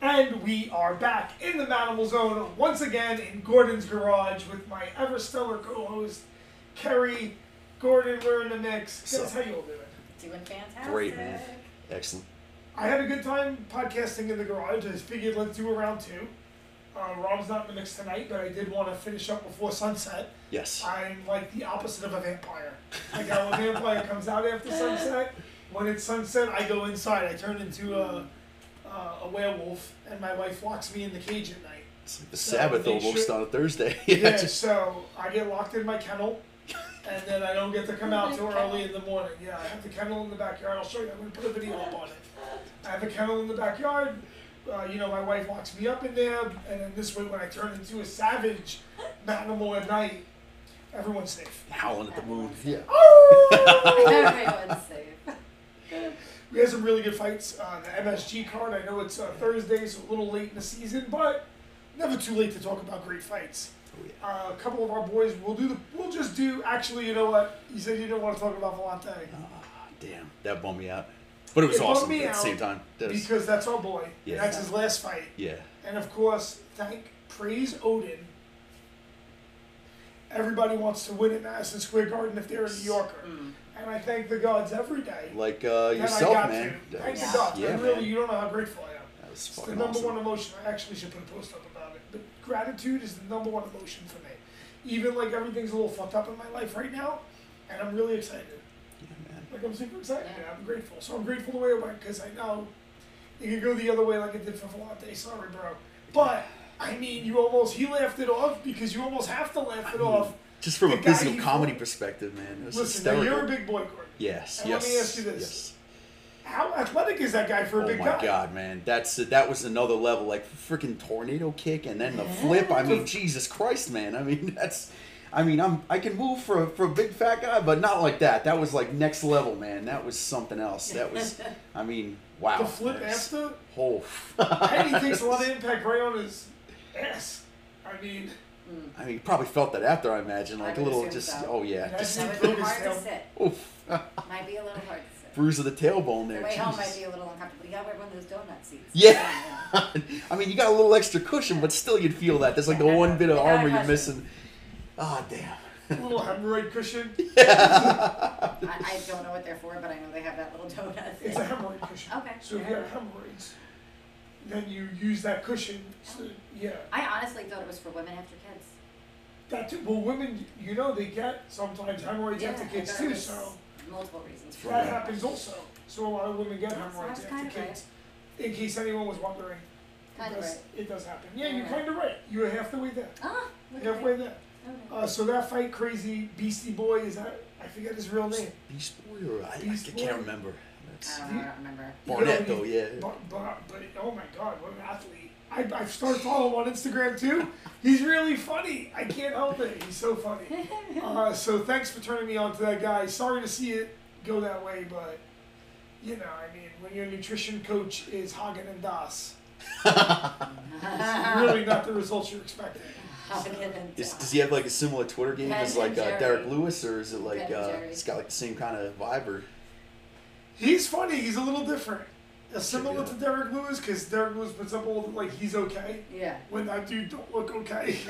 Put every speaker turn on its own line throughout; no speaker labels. And we are back in the Manimal Zone once again in Gordon's garage with my ever stellar co-host Kerry. Gordon, we're in the mix. Tell us how you all doing.
Doing fantastic.
Great move. Excellent.
I had a good time podcasting in the garage. I figured let's do a round two. Uh, Rob's not in the mix tonight, but I did want to finish up before sunset.
Yes.
I'm like the opposite of a vampire. Like how a vampire comes out after sunset. When it's sunset, I go inside. I turn into a uh, a werewolf, and my wife locks me in the cage at night.
It's like the Sabbath
they
almost
should-
on a Thursday.
Yeah,
yeah. just-
so I get locked in my kennel, and then I don't get to come out till
My kennel.
early in the morning. Yeah, I have the kennel in the backyard. I'll show you. I'm gonna put a video up on it. I have a kennel in the backyard. Uh, you know, my wife locks me up in there, and then this way, when I turn into a savage animal at night, everyone's safe.
Howling at the moon. Yeah.
Oh!
Everyone's safe.
we had some really good fights on the MSG card. I know it's uh, Thursday, so a little late in the season, but never too late to talk about great fights.
Oh, yeah.
uh, a couple of our boys will do the we'll just do actually you know what you said you didn't want to talk about Volante
Ah, damn. That bummed me out. But it was
It bummed
awesome
me
at the same
out
time. That was-
because that's our boy
Yes.
that's his last fight
yeah.
and of course thank praise Odin everybody wants to win at Madison Square Garden if they're a New Yorker
Mm.
and I thank the gods every day
Like uh,
that
yourself,
I got
man.
to
That
thank
was-
the gods
yeah,
I really
man.
you don't know how grateful I am
That was
It's the
fucking
number
awesome.
one emotion. I actually should put a post up about it. But gratitude is the number one emotion for me. Even like everything's a little fucked up in my life right now, and I'm really excited.
Yeah, man.
Like I'm super excited.
Yeah.
I'm grateful. So I'm grateful the way it went because I know it could go the other way like it did for Volante. Sorry, bro. But I mean, you almost he laughed it off because you almost have to laugh it off.
Just from
The
a
guy
physical
he
comedy
fought-
perspective, man. It was
Listen, now
hysterical.
you're a big boy, Gordon.
yes.
And let
yes.
me ask you this.
Yes.
How athletic is that guy for a
Oh
big
my
guy?
god, man! That's that was another level, like freaking tornado kick, and then the flip. I mean, Jesus Christ, man! I mean, that's, I mean, I'm I can move for a, for a big fat guy, but not like that. That was like next level, man. That was something else. That was, I mean, wow.
The flip
That's-
after,
Oh,
and he takes a lot of impact right on his ass. I mean.
I mean, you probably felt that after, I imagine,
I
like a
would
little
assume
just,
so.
oh yeah, just
That would be hard to sit.
oof,
Might be a little hard to sit.
bruise of the tailbone
The
there.
way home might
Jesus.
be a little uncomfortable. You gotta wear one of those donut seats.
Yeah. I mean, you got a little extra cushion, but still you'd feel that. There's like the
Yeah, I know.
one bit of
I got a
armor you're
question.
missing. Ah, damn.
little hemorrhoid cushion.
I, I don't know what they're for, but I know they have that little donut thing.
It's a hemorrhoid cushion.
Okay.
So if you have hemorrhoids, then you use that cushion. So, yeah.
I honestly thought it was for women after kids.
That too. Well, women, you know, they get sometimes hemorrhoids after
I
kids
thought
too.
it was
So
multiple reasons for
that
Yeah.
happens also. So a lot of women get
Sounds
hemorrhoids
kind
after
of right.
kids. In case anyone was wondering,
Kind
it
of
does,
right.
it does happen. Yeah, you're
Yeah.
kind of right. You're half the way there.
Ah, look at
Halfway
that.
there.
Okay.
Uh, so that fight, crazy Beastie Boy, is that? I forget his real name.
Beast Boy or I,
Beast
I
Boy?
can't remember. That's,
I don't know, I don't remember.
Barnett,
You know,
though, yeah.
But, but, but oh my God, what an athlete! I I started following him on Instagram too. He's really funny. I can't help it. He's so funny. Uh, so thanks for turning me on to that guy. Sorry to see it go that way, but you know, I mean, when your nutrition coach is Hagen and Das, it's really not the results you're expecting.
Is, does he have like a similar Twitter game
Ben
as like
and
uh,
Jerry.
Derek Lewis, or is it
Ben
like
and
uh,
Jerry.
it's got like the same kind of vibe? Or
He's funny. He's a little different. Uh, Similar
that.
to Derek Lewis, because Derek Lewis puts up all the, like he's okay.
Yeah.
When that dude don't look okay.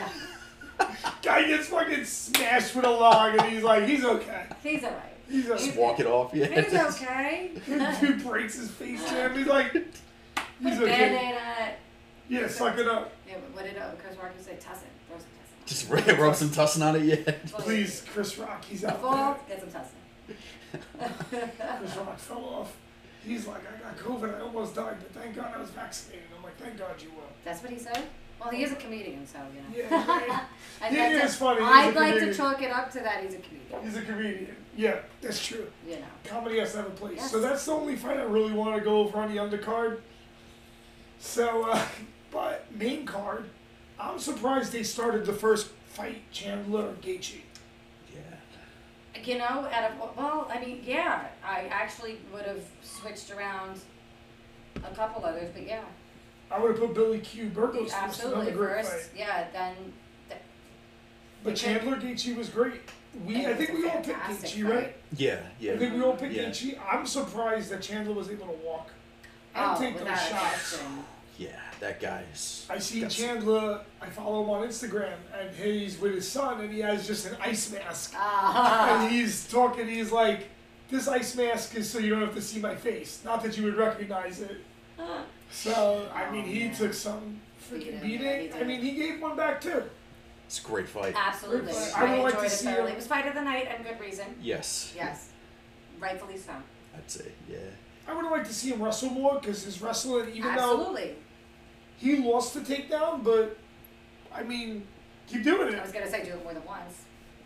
No,
Guy gets fucking smashed with a log, and he's like, he's okay.
he's alright.
He's
just
okay.
walk it off, yeah.
He's okay.
Dude breaks his face jam. He's like, he's okay.
Band-aid on it.
Yeah, suck it up,
Yeah, but what did uh, Chris Rock say? Tussin. Throw some tussin.
Just rub, rub some tussin on it, yeah.
please. Chris Rock, he's out
Fall,
there.
get some tussin.
Chris Rock fell off. He's like, I got COVID. I almost died, but thank God I was vaccinated. I'm like, thank God you were.
That's what he said? Well, he is a comedian, so, you know.
Yeah, yeah.
I'd
He
like to-
is funny. He's a
I'd like to
comedian.
chalk it up to that he's a comedian.
he's a comedian. Yeah, that's true.
You know.
Comedy has to have a place. So
Yes.
that's the only fight I really want to go over on the undercard. So, uh, but main card, I'm surprised they started the first fight, Chandler and Gaethje.
Yeah.
You know, out of, well, I mean, yeah, I actually would have switched around a couple others, but yeah.
I would have put Billy Q. Burgos first, another
Absolutely.
great
First,
fight.
yeah, then. th-
But Chandler Gaethje was great. We,
It
I
was
think
a
we all picked
fantastic
Gaethje,
fight.
right?
Yeah,
I think
yeah.
we all picked
Yeah.
Gaethje. I'm surprised that Chandler was able to walk and
Oh,
take those
without a
shots.
question.
yeah, that guy is.
I see
that's-
Chandler. I follow him on Instagram, and he's with his son, and he has just an ice mask.
Ah.
And he's talking. He's like, "This ice mask is so you don't have to see my face. Not that you would recognize it." So I mean, he
Ah. Oh, man.
took some
He did,
freaking
yeah, he
beating.
did.
I mean, he gave one back too.
It's a great fight.
Absolutely.
I would like
I,
to
enjoyed it
see
thoroughly.
him-
It was fight of the night and good reason.
Yes.
Yes. Rightfully so.
I'd say, yeah.
I would have liked to see him wrestle more because his wrestling, even though
Absolutely.
he lost the takedown, but I mean, keep doing
I
it.
was gonna say do it more than once.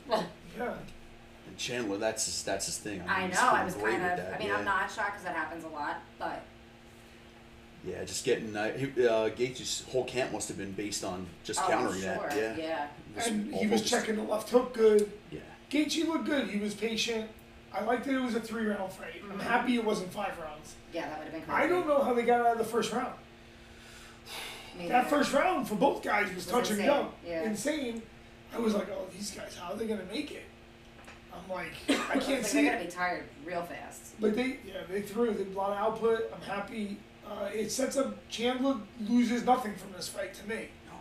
Yeah.
And Chandler, that's his, that's his thing. mean,
I
he's
know. I
fucking
was
great
kind
with
of.
that,
I mean,
yeah.
I'm not shocked because that happens a lot, but
Yeah, just getting uh, he- uh, Gaethje's whole camp must have been based on just
oh,
countering
sure.
that. Yeah.
Yeah.
It
And
all
he was
focused-
checking the left hook good.
Yeah.
Gaethje looked good. He was patient. I liked that it was a three round fight.
Mm-hmm.
I'm happy it wasn't five rounds.
Yeah, that would have been.
I don't know how they got out of the first round.
Maybe
That first round for both guys was,
Was
touch and
insane,
go.
yeah.
Insane. I was like, oh, these guys, how are they going to make it? I'm like,
I
I
was
can't
like,
see
They're
it.
gonna be tired real fast.
But they, yeah, they threw the lot of output. I'm happy. Uh, it sets up Chandler loses nothing from this fight to me.
No.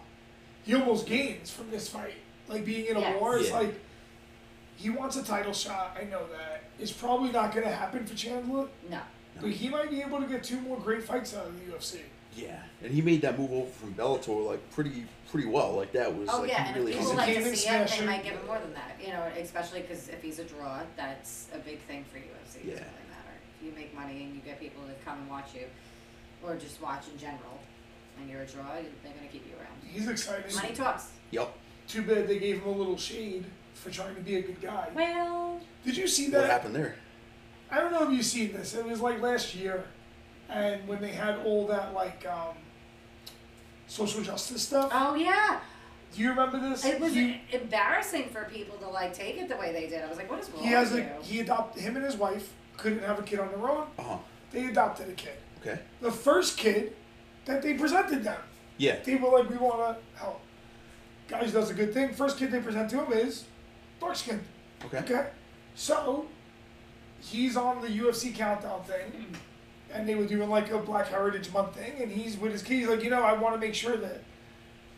He almost gains from this fight, like being in a
Yes.
war. It's
Yeah.
like he wants a title shot. I know that it's probably not going to happen for Chandler,
No.
but he might be able to get two more great fights out of the UFC.
Yeah. And he made that move over from Bellator like pretty pretty well. Like that was
Oh
like
yeah,
he
and
really
if people
hung
hung
it.
like
Came
to
in
see him, they
smashing.
might give him more than that. You know, especially because if he's a draw, that's a big thing for UFC. It
Yeah.
doesn't really matter. If you make money and you get people to come and watch you, or just watch in general, and you're a draw, they're gonna keep you around.
He's excited.
Money talks.
Yep.
Too bad they gave him a little shade for trying to be a good guy.
Well,
Did you see
What
that?
happened there?
I don't know if you've seen this. It was like last year, and when they had all that like um, social justice stuff.
oh yeah,
Do you remember this?
it was
He,
embarrassing for people to like take it the way they did. I was like, what is wrong
he has
with
a
you?
he adopted him and his wife couldn't have a kid on their own.
Uh huh.
They adopted a kid.
Okay.
The first kid that they presented them,
Yeah.
they were like, "We want to help." Guys does a good thing. First kid they present to him is dark skinned.
Okay.
Okay. So he's on the UFC countdown
Hmm.
thing, and they were doing like a Black Heritage Month thing, and he's with his kid. He's like, you know, I want to make sure that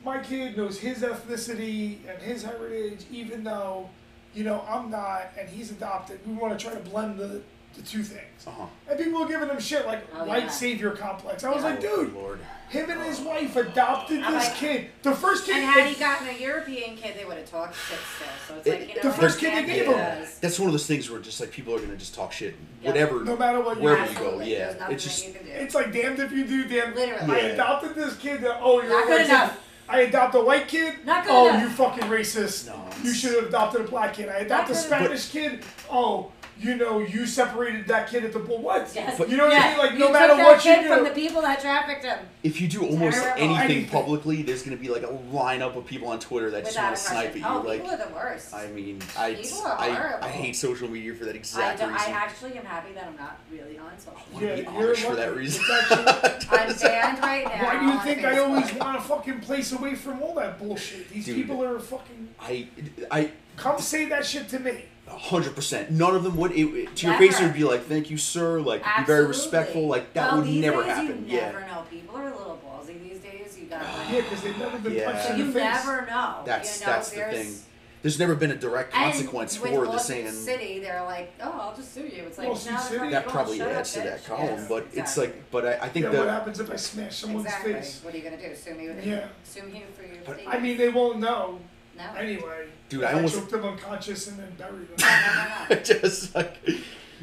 my kid knows his ethnicity and his heritage, even though, you know, I'm not, and he's adopted. We want to try to blend the, the two things.
Uh huh.
And people were giving him shit like
Oh,
white
yeah.
savior complex. I was
Yeah.
like, dude,
Oh, Lord.
him and his wife adopted
I'm
this
like-
kid. The first kid.
And had he gotten a European kid, they would have talked shit still. So it's like you know,
The
what?
first kid they
Yeah,
gave him.
because-
That's one of those things where just like people are gonna just talk shit,
Yeah.
whatever,
no matter what
wherever
you
you go.
Absolutely. There's
Yeah,
nothing
it's just
that you can do.
It's like damned if you do, damned.
Literally.
I
Yeah.
adopted this kid. That, oh, you're
Not
a
good
racist.
enough.
I adopt a white kid.
Not good
oh,
enough.
you fucking racist.
No.
You should have adopted a black kid. I
Not
adopt a
good
Spanish kid. Oh, you know, you separated that kid at the bull. What?
Yes.
You know what
Yeah.
I mean? Like,
You
no
took
matter
that
what
kid
you
from
do.
the people that trafficked him.
if you do almost
Terrible.
anything
Anything.
publicly, there's gonna be like a lineup of people on Twitter that just
Without
want
a
to snipe at
question.
you.
Oh,
like,
people are the worst.
I mean, I,
People are
I,
horrible.
I hate social media for that
I,
exact
don't, I
reason.
actually am happy that I'm not really on social.
I
media.
wanna
Yeah,
be
you're
Amish for that
lucky.
reason.
It's actually-
I'm banned right now.
Why do you
on
think I always
Facebook.
want a fucking place away from all that bullshit? These
Dude.
people are fucking.
I, I,
Come say that shit to me.
hundred percent. None of them would. It, it- to your
Never.
face, it would be like, "Thank you, sir." Like, be very respectful.
Absolutely.
Like that
well,
would
these
never
days
happen.
You
yeah,
never know. People are a little ballsy these days. You got
Yeah,
like,
because they've never been
Yeah.
punched in
you
the face.
never know.
that's
you know,
that's the
there's-
thing. There's never been a direct
and
consequence
with
for the
Boston
saying
City, they're like, oh, I'll just sue you. It's like,
Boston
no, that's
City?
not
that
your
probably
fault. Shut
adds
up,
to that
bitch.
column.
Yes,
But it's
exactly.
like, but I, I think
Yeah, what
that.
happens if I smash someone's
Exactly.
face?
What are you gonna do? Sue me with
Yeah.
Sue him for your.
But
feet?
I mean, they won't know
no.
anyway.
Dude,
if
I almost-
choked them unconscious and then buried them.
No, no, no.
just like,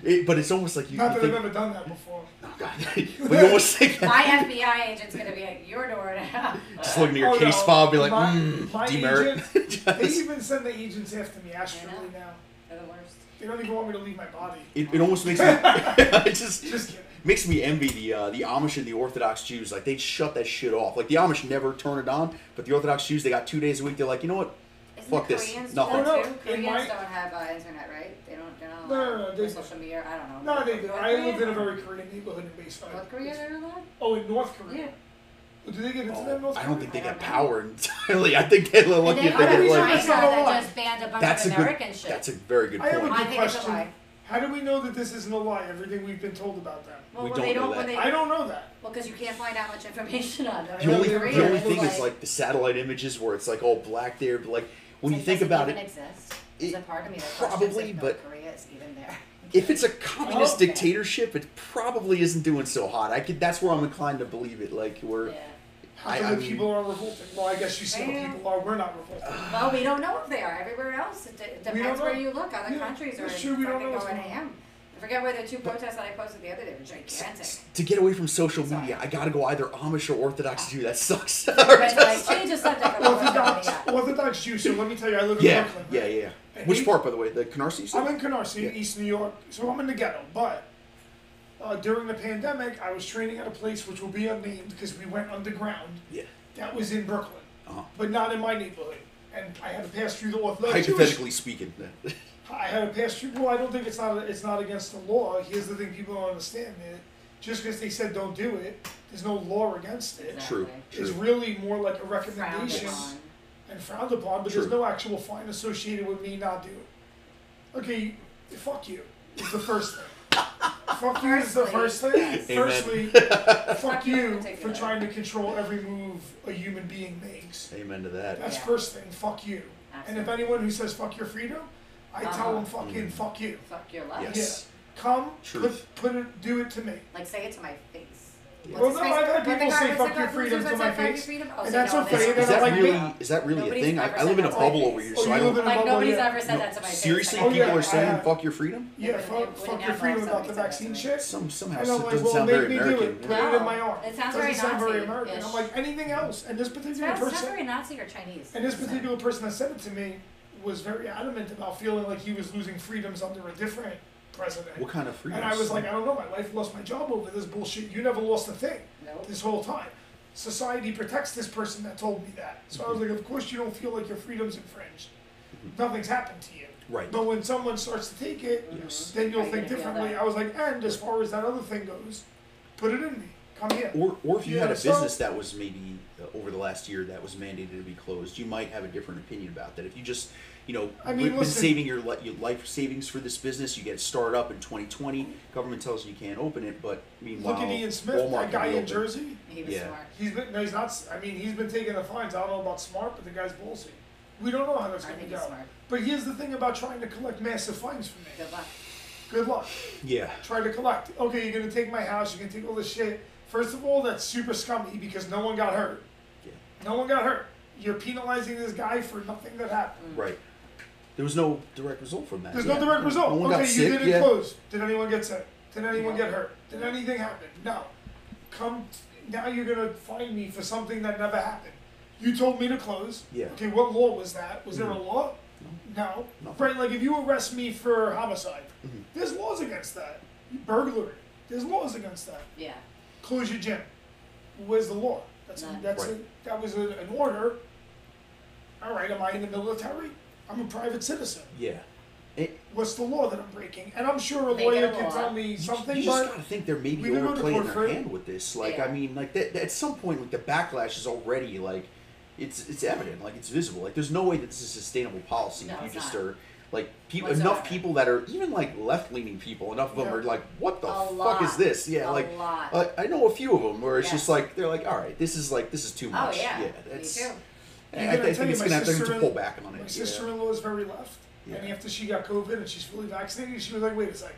it, but it's almost like you.
Not
you
that I've
think,
ever done that before.
oh God, but you almost think that.
My FBI agent's gonna be at your door now.
Just looking at your
Oh,
case
no.
file, and be like,
My-
mm,
my
demerit.
agent- They
Just-
even send the agents after me astrally
know.
now.
They're the worst.
They don't even want me to leave my body.
it, it almost makes me. it just,
Just kidding.
makes me envy the uh, the Amish and the Orthodox Jews. Like they shut that shit off. Like the Amish never turn it on, but the Orthodox Jews they got two days a week. They're like, you know what?
Isn't
Fuck
the
this.
Koreans
Nothing.
Do
Oh,
that
no.
too?
In
Koreans
my-
don't have uh, internet, right? They don't. They're not
No, no,
allowed.
no, they-
social media. I don't know.
No, they do.
North
I lived in a
Korea?
very Korean neighborhood in Bayside.
North Korea. They're allowed.
Oh, in North
Yeah.
Korea. Well, do they get into that in
Oh,
North
I
Korea?
don't think they
I
got
don't know.
power entirely. I think they are lucky
And
if
then
they
I
get
other
think
China
it's
like.
not
that
allowed.
just banned a bunch
That's a
of
good.
American shit.
That's a very good
I have a
point.
I
Good
think it's a
question.
lie.
How do we know that this isn't a lie? Everything we've been told about them.
Well,
We
when they
don't know
don't, when
that.
they,
I don't know that.
well, because you can't find out much information on them.
The only,
Yeah,
Right?
yeah,
the only
It's
thing is like the satellite images where it's like all black there, but like when you
It
think
doesn't
about
even
it,
exist. There's
it
a part of me that questions
probably,
if North
but-
Korea is even there.
if it's a communist
Okay.
dictatorship, it probably isn't doing so hot. I could that's where I'm inclined to believe it. Like we're
Yeah.
How
I-
come
I
the
mean-
people are revolting? Well, I guess you see
Yeah.
the people are. We're not revolting.
Well, we don't know if they are everywhere else. It, d- it
We don't
depends where
know.
you look. Other
Yeah,
countries are
that's true. We don't know
fucking
what's
going
going on.
ham. I forget where the two protests that I posted the other day were gigantic.
to get away from social
Sorry. Ah.
media. I gotta go either Amish or Orthodox Jew. That sucks.
But like, change the subject a little
Orthodox,
bit.
Orthodox Jew. So let me tell you, I live in
yeah,
Brooklyn.
yeah, yeah. yeah. Which part, by the way? The Canarsie? you said?
I'm in Canarsie,
Yeah.
East New York, so I'm in the ghetto. But uh, during the pandemic, I was training at a place which will be unnamed because we went underground.
Yeah.
That was in Brooklyn,
Uh-huh.
but not in my neighborhood. And I had to pass through the Orthodox Oh, Jewish.
Hypothetically speaking.
I had to pass through. Well, I don't think it's not it's not against the law. Here's the thing: people don't understand it. Just because they said don't do it, there's no law against it.
Exactly.
True.
It's
True.
really more like a
Frowned
recommendation
upon.
and frowned upon, but there's
True.
no actual fine associated with me not doing it. Okay, fuck you is the first thing. fuck you is the first thing.
Amen.
Firstly, fuck
Fuck you in
you for
particular.
trying to control every move a human being makes.
Amen to that.
That's
Yeah.
first thing, fuck you. And if
Absolutely.
anyone who says fuck your freedom, I tell
Uh-huh.
them fucking fuck you.
Fuck your life.
Yes.
Yeah. Come,
Mm. Truth.
put, put it, do it to me.
Like, say it to my face.
Yeah.
Well,
What's
no,
his face?
I've had
What the
people
guy
say
that
fuck
said
your
fuck
freedom
yourself
to my
said fuck your
face.
freedom? Oh,
And
so
that's
no,
okay,
this-
and
Is
I don't
that
like
really
being-
is that really a
Nobody's
thing? I,
ever
I
said
live in a
that to my
bubble over
face.
here,
Oh,
so
you
I
live
don't.
in a
Like,
bubble,
nobody's
yeah.
ever said that to my face.
Seriously,
Like,
Oh,
people
yeah,
are saying
I-
"fuck your freedom."
Yeah,
Yeah,
fuck,
we
fuck
never
your freedom
said
about
we
the
said that
vaccine
to
shit.
Some somehow
And I'm
it
like,
doesn't
well,
sound
make
very
me do
American.
it. Put it in my
No,
arm.
it sounds
doesn't
very
sound very
Nazi-ish.
American. I'm like, anything else. And this
It's
particular
not it's not
person,
very Nazi or Chinese.
and this particular person that said it to me was very adamant about feeling like he was losing freedoms under a different president.
What kind of freedom?
And I was like, I don't know. My life lost my job over this bullshit. You never lost a thing
Nope.
this whole time. Society protects this person that told me that. So I was
Mm-hmm.
like, of course you don't feel like your freedom's infringed. Nothing's happened to you.
Right.
But when someone starts to take it,
Yes.
then you'll
Are you
think
gonna feel
differently.
that?
I was like, and as far as that other thing goes, put it in me. Come here.
or, or if you had a
Yeah, so-
business that was maybe uh, over the last year that was mandated to be closed, you might have a different opinion about that. If you just, you know,
I mean,
we've been
listen-
saving your, li- your life savings for this business, you get started up in 2020. Government tells you you can't open it, but meanwhile,
Look at Ian Smith,
Walmart
that guy
can be
in
open.
Jersey.
He was
Yeah.
smart.
He's been, no, he's not. I mean, he's been taking the fines. I don't know about smart, but the guy's ballsy. We don't know how that's
I
going to
think he's
go.
smart.
But here's the thing about trying to collect massive fines from me.
Good luck.
Good luck.
Yeah,
Try to collect. Okay, you're going to take my house. You're going to take all this shit. First of all, that's super scummy because no one got hurt.
yeah,
No one got hurt. You're penalizing this guy for nothing that happened.
right. There was no direct result from that.
There's
Yeah.
no direct result.
No one
okay,
got sick.
you didn't
yeah.
close. Did anyone get sick? Did anyone
No.
get hurt? Did anything happen? No. Come now, you're gonna find me for something that never happened. You told me to close.
Yeah. Mm-hmm.
Okay, what law was that? Was there a law? No.
Nothing. Mm-hmm.
Right, like if you arrest me for homicide, there's laws against that. Burglary, there's laws against that.
Yeah.
Close your gym. Where's the law? That's
None.
that's
Right.
a, that was a, an order. All right, am I in the military? I'm a private citizen
Yeah. It,
what's the law that I'm breaking? And I'm sure a
Make it
lawyer
a
can
law.
tell me
You-
something,
You just
but
gotta think they're maybe
we can go to
overplaying
court for
their
it.
hand with this. Like, I
Yeah.
mean, like that, that- at some point, like the backlash is already like, it's it's evident, like it's visible. Like, there's no way that this is sustainable policy.
No,
if you
it's
just
not.
are like people,
Whatsoever.
enough people that are even like left leaning people. Enough of them
Yeah.
are like, what the
A
fuck
lot.
is this? Yeah,
A
like
lot.
I- I know a few of them where it's
Yeah.
just like they're like, all right, this is like this is too
Oh
much.
yeah. Me
that's.
too.
I-
Even
I,
I
think
tell you,
it's
my
gonna have to, to
sister-in-
pull back on it.
my
yeah.
sister-in-law is very left. And
Yeah.
after she got COVID and she's fully vaccinated, she was like, wait a second.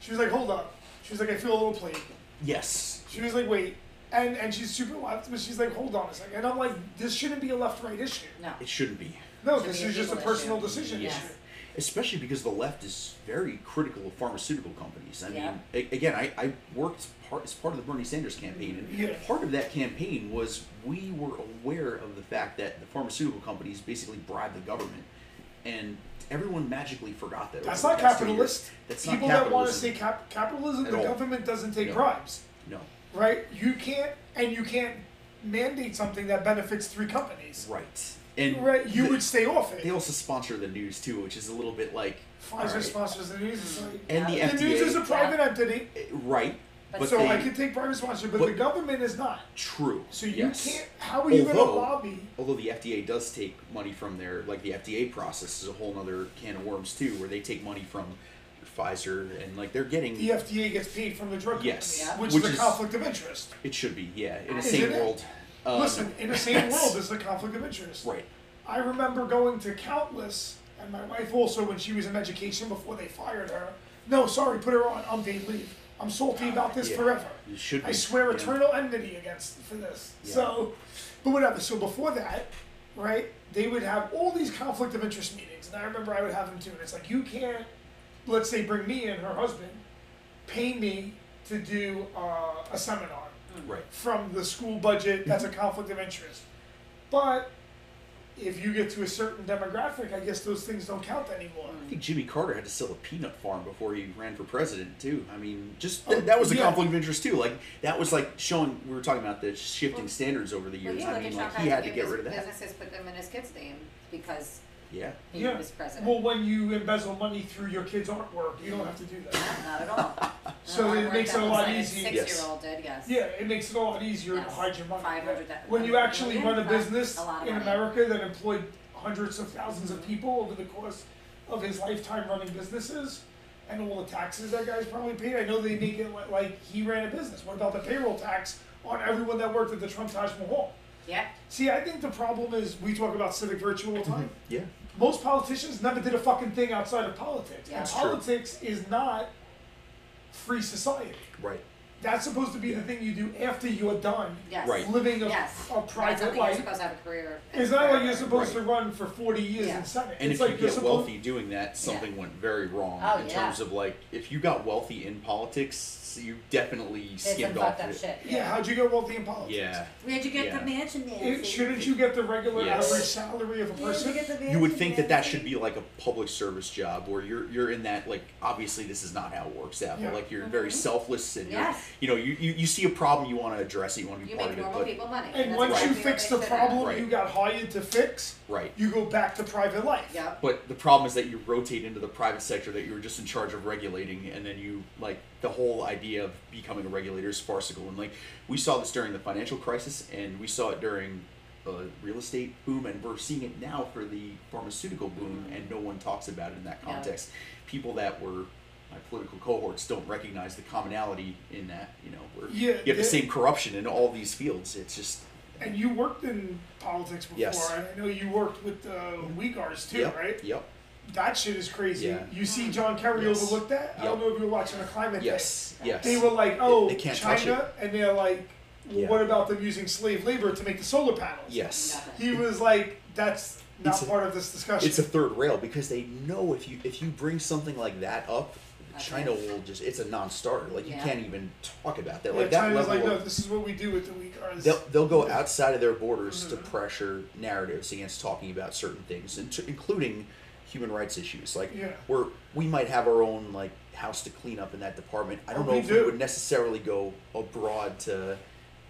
She was like, hold up. She was like, I feel a little plague.
Yes.
She was like, wait. And and she's super left, but she's like, hold on a second. And I'm like, this shouldn't be a left-right issue.
No.
It shouldn't be.
No,
Should
this
be a
is just a
people
personal
issue.
decision
Yes.
issue.
especially because the left is very critical of pharmaceutical companies. I
Yeah.
mean, a- again, I, I worked part, as part of the Bernie Sanders campaign, and
Yeah.
part of that campaign was we were aware of the fact that the pharmaceutical companies basically bribed the government, and everyone magically forgot that. over
That's
the
not
past three
capitalist.
years. That's
People
not
that want to
capitalism.
say cap- capitalism,
At
the
all.
government doesn't take
No.
bribes,
no,
right? You can't, and you can't mandate something that benefits three companies.
right, and
Right, you
the-
would stay off it.
They also sponsor the news too, which is a little bit like all
Pfizer
right.
sponsors the news. It's like,
and the
Yeah.
the news is a
FDA,
private entity,
right?
But
But
so
they,
I can take private sponsorship, but,
but-
the government is not.
true.
So you
yes.
can't. How are you going to
Although-
lobby?
although the FDA does take money from their like the FDA process is a whole other can of worms too, where they take money from Pfizer, and like they're getting
The FDA gets paid from the drug company,
Yes.
Yeah.
which,
Which
is a
is-
conflict of interest.
It should be, yeah, in the
Is
same
it?
world. Um,
Listen, in the same
yes.
world is the conflict of interest.
right.
I remember going to countless, and my wife also when she was in education before they fired her. No, sorry, put her on unpaid leave. I'm salty about this
Yeah.
forever.
It should be.
I swear
yeah.
eternal enmity against for this.
Yeah.
So, but whatever. So before that, right? They would have all these conflict of interest meetings, and I remember I would have them too. And it's like you can't, let's say, bring me and her husband, pay me to do uh, a seminar
Right.
from the school budget. That's a conflict of interest. But if you get to a certain demographic, I guess those things don't count anymore.
Mm-hmm.
I think Jimmy Carter had to sell a peanut farm before he ran for president too. I mean, just
Oh,
th- that was a
yeah.
conflict of interest too. Like that was like showing we were talking about the shifting
Well,
standards over the
Well,
years.
yeah,
I
look
mean,
at
like
Trump
he
had
had
to
to
give
get
his
rid of that.
businesses, put them in his kid's name because
Yeah.
he
Yeah.
was president.
Well, when you embezzle money through your kids' artwork, you don't have to do that.
Not at all.
So
Not
it
work
makes
that
it a
looks
lot
Uh-huh. like
easier.
Yes.
Six-year-old did, yes.
Yeah, it makes it a lot easier to
Yes,
hide your money.
500
Yeah.
that-
When you actually
Yeah,
run a
that's
business
a lot of
in
money.
America that employed hundreds of thousands of people over the course of his lifetime running businesses and all the taxes that guy's probably paid, I know they make it li- like he ran a business. What about the payroll tax on everyone that worked at the Trump Taj Mahal?
Yeah.
See, I think the problem is we talk about civic virtue all the time.
Yeah.
Most politicians never did a fucking thing outside of politics.
Yeah.
And
That's
true.
politics is not free society.
Right.
That's supposed to be the thing you do after you're done
Yes.
Right.
living a,
Yes.
a
That's
private
something you're
life.
supposed to have a career. in.
It's not like you're supposed
Right.
to run for 40 years
Yeah.
in Senate.
And
it's
if
like
you
are
get
supposed
wealthy doing that, something went very wrong
Oh,
in
yeah.
terms of like if you got wealthy in politics, you definitely
Did some
skimmed off
fucked up
it.
shit.
Yeah, how'd you get wealthy in politics?
Yeah.
Where'd you get
Yeah.
the mansion, Nancy?
It, shouldn't you get the regular
Yes.
average salary of a
Where'd you
person?
get the mansion,
You would think that that
Nancy?
should be like a public service job where you're you're in that like obviously this is not how it works out,
Yeah.
but like you're very
Mhm.
selfless and
Yes.
you're, you know you, you you see a problem you want to address it, you want to be
You
part
make
of it,
normal
but
people money.
And
That's
once you
exactly what
fix
they
the
said.
problem
Right.
you got hired to fix,
right.
you go back to private life.
Yep.
But the problem is that you rotate into the private sector that you were just in charge of regulating, and then you like the whole idea of becoming a regulator is farcical. And like we saw this during the financial crisis, and we saw it during the real estate boom, and we're seeing it now for the pharmaceutical boom, and no one talks about it in that
Yeah.
context. People that were my political cohorts don't recognize the commonality in that. You know, where
Yeah,
you have
they-
the same corruption in all these fields. It's just
And you worked in politics before.
Yes.
And I know you worked with the Uyghurs too,
yep,
right?
Yep.
That shit is crazy.
Yeah.
You see John Kerry
Yes.
overlooked that? I don't
Yep.
know if you were watching a climate thing.
Yes. Yes.
they were like, oh,
They can't touch
China, and they're like, well,
Yeah.
what about them using slave labor to make the solar panels?
Yes.
He was like, that's not
It's a-
part of this discussion.
it's a third rail because they know if you if you bring something like that up,
That's
China
it.
will just it's a non-starter. Like you
Yeah.
can't even talk about that.
Yeah,
Like that
China's
level
like, no,
of,
this is what we do with the Uyghurs.
they'll they'll go outside of their borders
Mm-hmm.
to pressure narratives against talking about certain things, and to, including human rights issues. Like
Yeah.
we're we might have our own like house to clean up in that department. I don't
Oh,
know
we
if
do.
we would necessarily go abroad to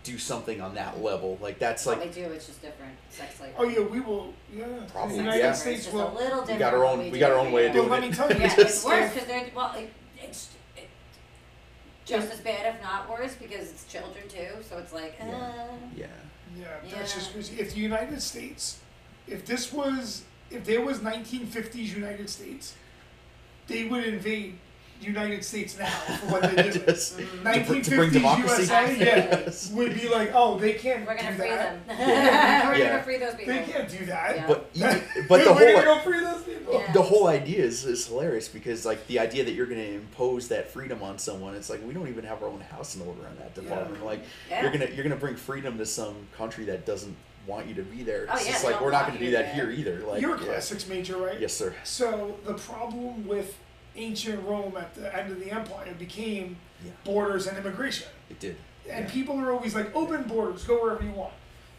do something on that level. Like that's
Well,
like
they do. It's just different. Sex labor.
oh yeah, we will. Yeah,
Probably,
the
Sex
United
yeah.
labor is
States
just a
will.
we
little different
got our
than
own
what
we, got our
do
own
over
way
here.
of
Well,
doing
let
it.
me tell you,
Yeah, it's
just
worse
if-
because they're well, it, it's it, just as bad, if not worse, because it's children too. So it's like, uh,
Yeah. yeah.
yeah, that's
Yeah.
just crazy. If the United States, if this was, if there was 1950s United States, they would invade United States now for what they did.
Just to br- to,
1950s
bring democracy.
USA, yeah,
Yes.
would be like, oh, they can't
we're gonna
do
free
that.
them.
Yeah.
we're
Yeah.
gonna free those people.
They can't do that.
Yeah.
But even, but the
We're gonna
whole
go free those people.
Yeah.
the whole idea is, is hilarious because like the idea that you're going to impose that freedom on someone, it's like we don't even have our own house in order on that department. Like
Yeah.
you're gonna you're gonna bring freedom to some country that doesn't want you to be there. It's
Oh, yeah,
just
they
like
don't
we're not
want
going to
you
do that here
there.
either. Like
You're a
yeah.
classics major, right?
Yes, sir.
So the problem with ancient Rome at the end of the empire became
Yeah.
borders and immigration.
It did.
And
yeah.
people are always like, open borders, go wherever you want.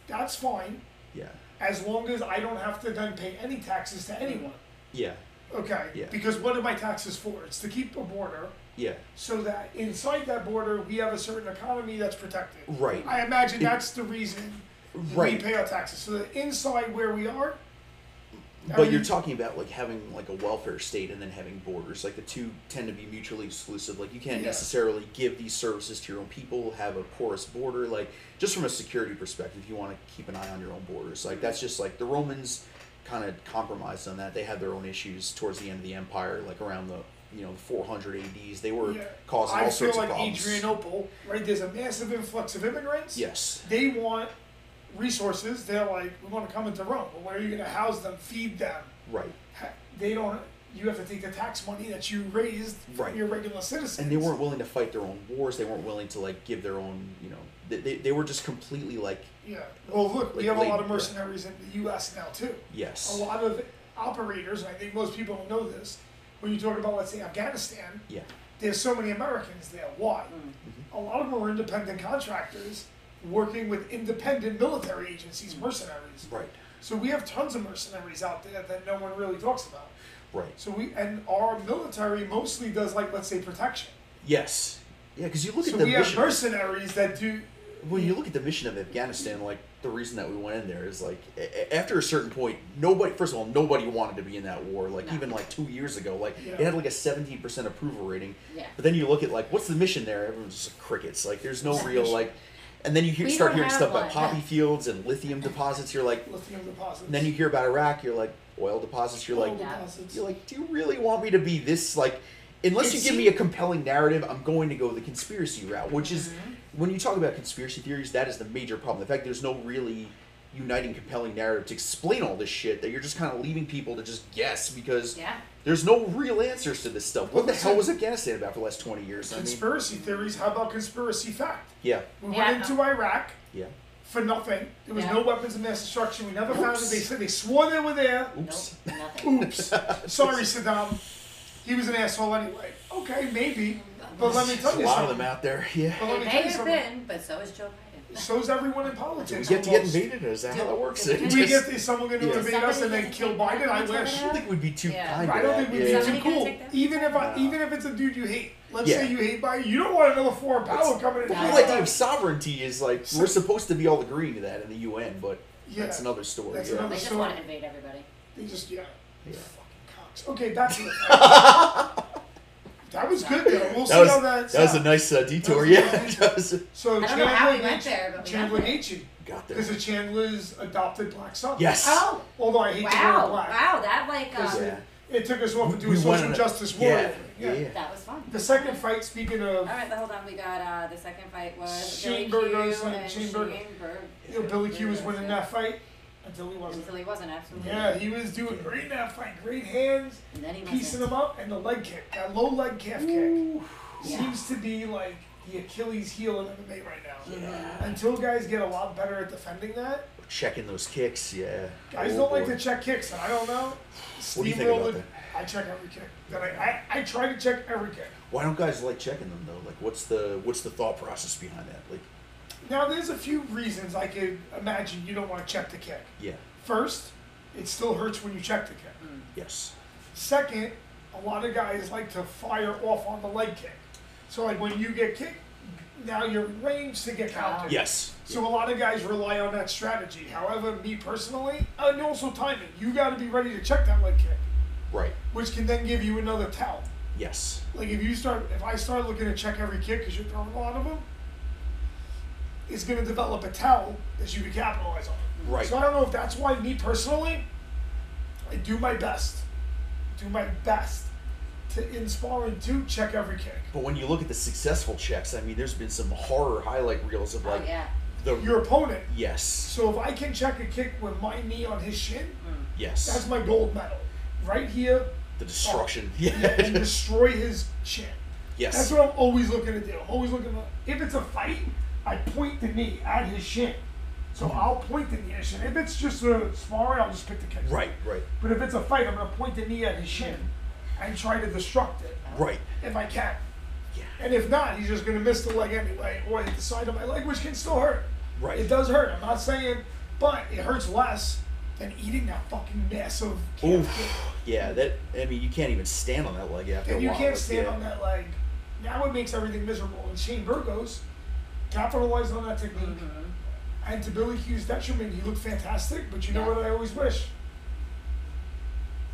That's fine,
yeah.
as long as I don't have to then pay any taxes to anyone.
Yeah.
Okay.
Yeah.
Because what are my taxes for? It's to keep a border
Yeah.
so that inside that border we have a certain economy that's protected.
Right.
I imagine that's the reason we
Right.
pay our taxes. So that inside where we are, I
But
mean-
you're talking about like having like a welfare state and then having borders. Like the two tend to be mutually exclusive. Like you can't
Yeah.
necessarily give these services to your own people, have a porous border. Like just from a security perspective, you want to keep an eye on your own borders. Like that's just like the Romans kind of compromised on that. They had their own issues towards the end of the empire, like around the you know 400 ads they were
Yeah.
causing
I
all
feel
sorts
like
of problems
Adrianople, right? There's a massive influx of immigrants.
yes
They want resources. They're like, we want to come into Rome. Well, where are you going to house them? Feed them.
right
Ha- They don't. You have to take the tax money that you raised
Right.
from your regular citizens.
and they weren't willing to fight their own wars they weren't willing to like give their own you know they, they, they were just completely like
Yeah. Well, look, we
Like
have a lot
latent,
of mercenaries in the U.S. now too. A
yes
lot of operators, and I think most people don't know this. When you talk about, let's say, Afghanistan,
yeah
there's so many Americans there. Why?
Mm-hmm.
A lot of them are independent contractors working with independent military agencies, mercenaries.
Mm-hmm. right
So we have tons of mercenaries out there that no one really talks about.
right
So we and our military mostly does like let's say protection.
yes yeah because you look
So
at the
we have
mission
mercenaries that do
when you look at the mission of afghanistan like the reason that we went in there is like a- a- after a certain point nobody first of all nobody wanted to be in that war like
No.
even like two years ago like
Yeah.
it had like a 17% approval rating
Yeah.
but then you look at like what's the mission there everyone's just crickets like there's no
What's the
real
mission?
like and then you hear,
We
start
don't
hearing
have
stuff about
one.
poppy fields and lithium deposits you're like
lithium deposits.
And then you hear about Iraq, you're like oil deposits. You're like,
Gold
Yeah.
deposits.
you're like, do you really want me to be this like? Unless you
It's-
give me a compelling narrative, I'm going to go the conspiracy route, which is
Mm-hmm.
when you talk about conspiracy theories, that is the major problem. The fact there's no really uniting compelling narrative to explain all this shit that you're just kind of leaving people to just guess because
Yeah.
there's no real answers to this stuff. What the hell was Afghanistan about for the last 20 years? I mean,
conspiracy theories. How about conspiracy fact?
yeah,
We
Yeah.
went into Iraq
yeah.
for nothing. There was
Yeah.
no weapons of mass destruction. We never found it.
Oops.
They said they swore they were there.
Oops.
Nope. Nothing.
Oops. Sorry, Saddam. He was an asshole anyway. Okay, maybe. But let me tell
There's a
you
lot of
something. Oh,
them out there. Yeah.
But
It
let me
may
tell you
have
something.
been, but so is Joe Biden.
So's everyone in
Do we
politics.
get to get
almost.
invaded, or is that how that works?
Did
Do
It
we
just-
get to someone going to
Yeah.
invade us and
Somebody
then
gets
kill
invaded
Biden? I
into
wish.
that?
I think we'd be too
Yeah.
kind.
I don't think we'd
Yeah.
be too
Somebody gonna
cool.
take that?
Even if I,
Yeah.
even if it's a dude you hate. Let's
Yeah.
say you hate Biden. You don't want another foreign power coming in.
The
here.
whole idea of sovereignty is like we're supposed to be all agreeing to that in the UN, but that's
Yeah.
another story.
That's
yeah.
another-
They just
So-
want to invade everybody.
They just yeah.
Yeah.
Fucking cocks. Okay, back to the. that was good though. We'll see
That was,
how
that,
that.
was a nice uh, detour.
That was a
yeah,
nice
that was,
So
I don't know how we
Chandler
went
Nietzsche-
there, but we
Chandler
went there.
Nietzsche.
got
Because
there.
of Chandler's adopted black son.
Yes.
Oh.
Although I hate the
Wow.
word black.
Wow. That like um,
Yeah.
It took us off to do a
We went
social
on a-
justice war.
yeah,
over it.
yeah.
that was fun.
The second fight, speaking of
All right, hold on. We got uh, the second fight was
Shane
Billy Q
Burgos and
and
Shane
Shane
Burgos.
Burg-
you know, Billy Q was
Burgos,
winning
yeah.
that fight until he wasn't.
Until he wasn't absolutely.
Yeah, he was doing great in that fight. Great hands,
And then he
piecing
wasn't. Oh,
them up, and the leg kick, that low leg calf
Ooh.
kick,
Yeah.
seems to be like the Achilles heel in MMA right now.
Yeah.
Until guys get a lot better at defending that,
Checking those kicks, yeah.
Guys
Oh,
don't like
boy.
to check kicks, and I don't know.
What do you think about
Steamrolled-
that?
I check every kick. Then I, I, I try to check every kick.
Why don't guys like checking them though? Like, what's the what's the thought process behind that? Like,
Now, there's a few reasons I could imagine you don't want to check the kick.
yeah,
First, it still hurts when you check the kick.
yes,
Second, a lot of guys like to fire off on the leg kick. So, like when you get kicked, now you're in range to get counted.
yes.
So a lot of guys rely on that strategy. However, me personally, and also timing, you got to be ready to check that leg kick,
Right.
which can then give you another towel.
Yes.
Like if you start, if I start looking to check every kick because you're throwing a lot of them, it's going to develop a towel that you can capitalize on.
Right.
So I don't know if that's why me personally, I do my best, do my best to in sparring to check every kick.
But when you look at the successful checks, I mean, there's been some horror highlight reels of
Oh
like
yeah.
the
Your opponent.
yes,
So if I can check a kick with my knee on his shin,
yes,
that's my gold medal. Right here,
the destruction.
and
Yeah.
destroy his chin. That's
yes.
what I'm always looking to do. I'm always looking to. If it's a fight, I point the knee at his shin. So
Mm-hmm.
I'll point the knee at his shin. If it's just a sparring, I'll just pick the kick.
Right. Right.
But if it's a fight, I'm going to point the knee at his shin and try to destruct it
Right.
if I can.
Yeah.
And if not, he's just going to miss the leg anyway or hit the side of my leg, which can still hurt.
Right.
It does hurt. I'm not saying, but it hurts less than eating that fucking massive calf kick.
Oof. Yeah. That. I mean, you can't even stand on that leg after
And
a
you
while.
can't
It's-
stand
yeah.
on that leg. Now it makes everything miserable. And Shane Burgos capitalized on that technique.
Mm-hmm.
And to Billy Hughes' detriment, he looked fantastic. But you know
Yeah.
what I always wish?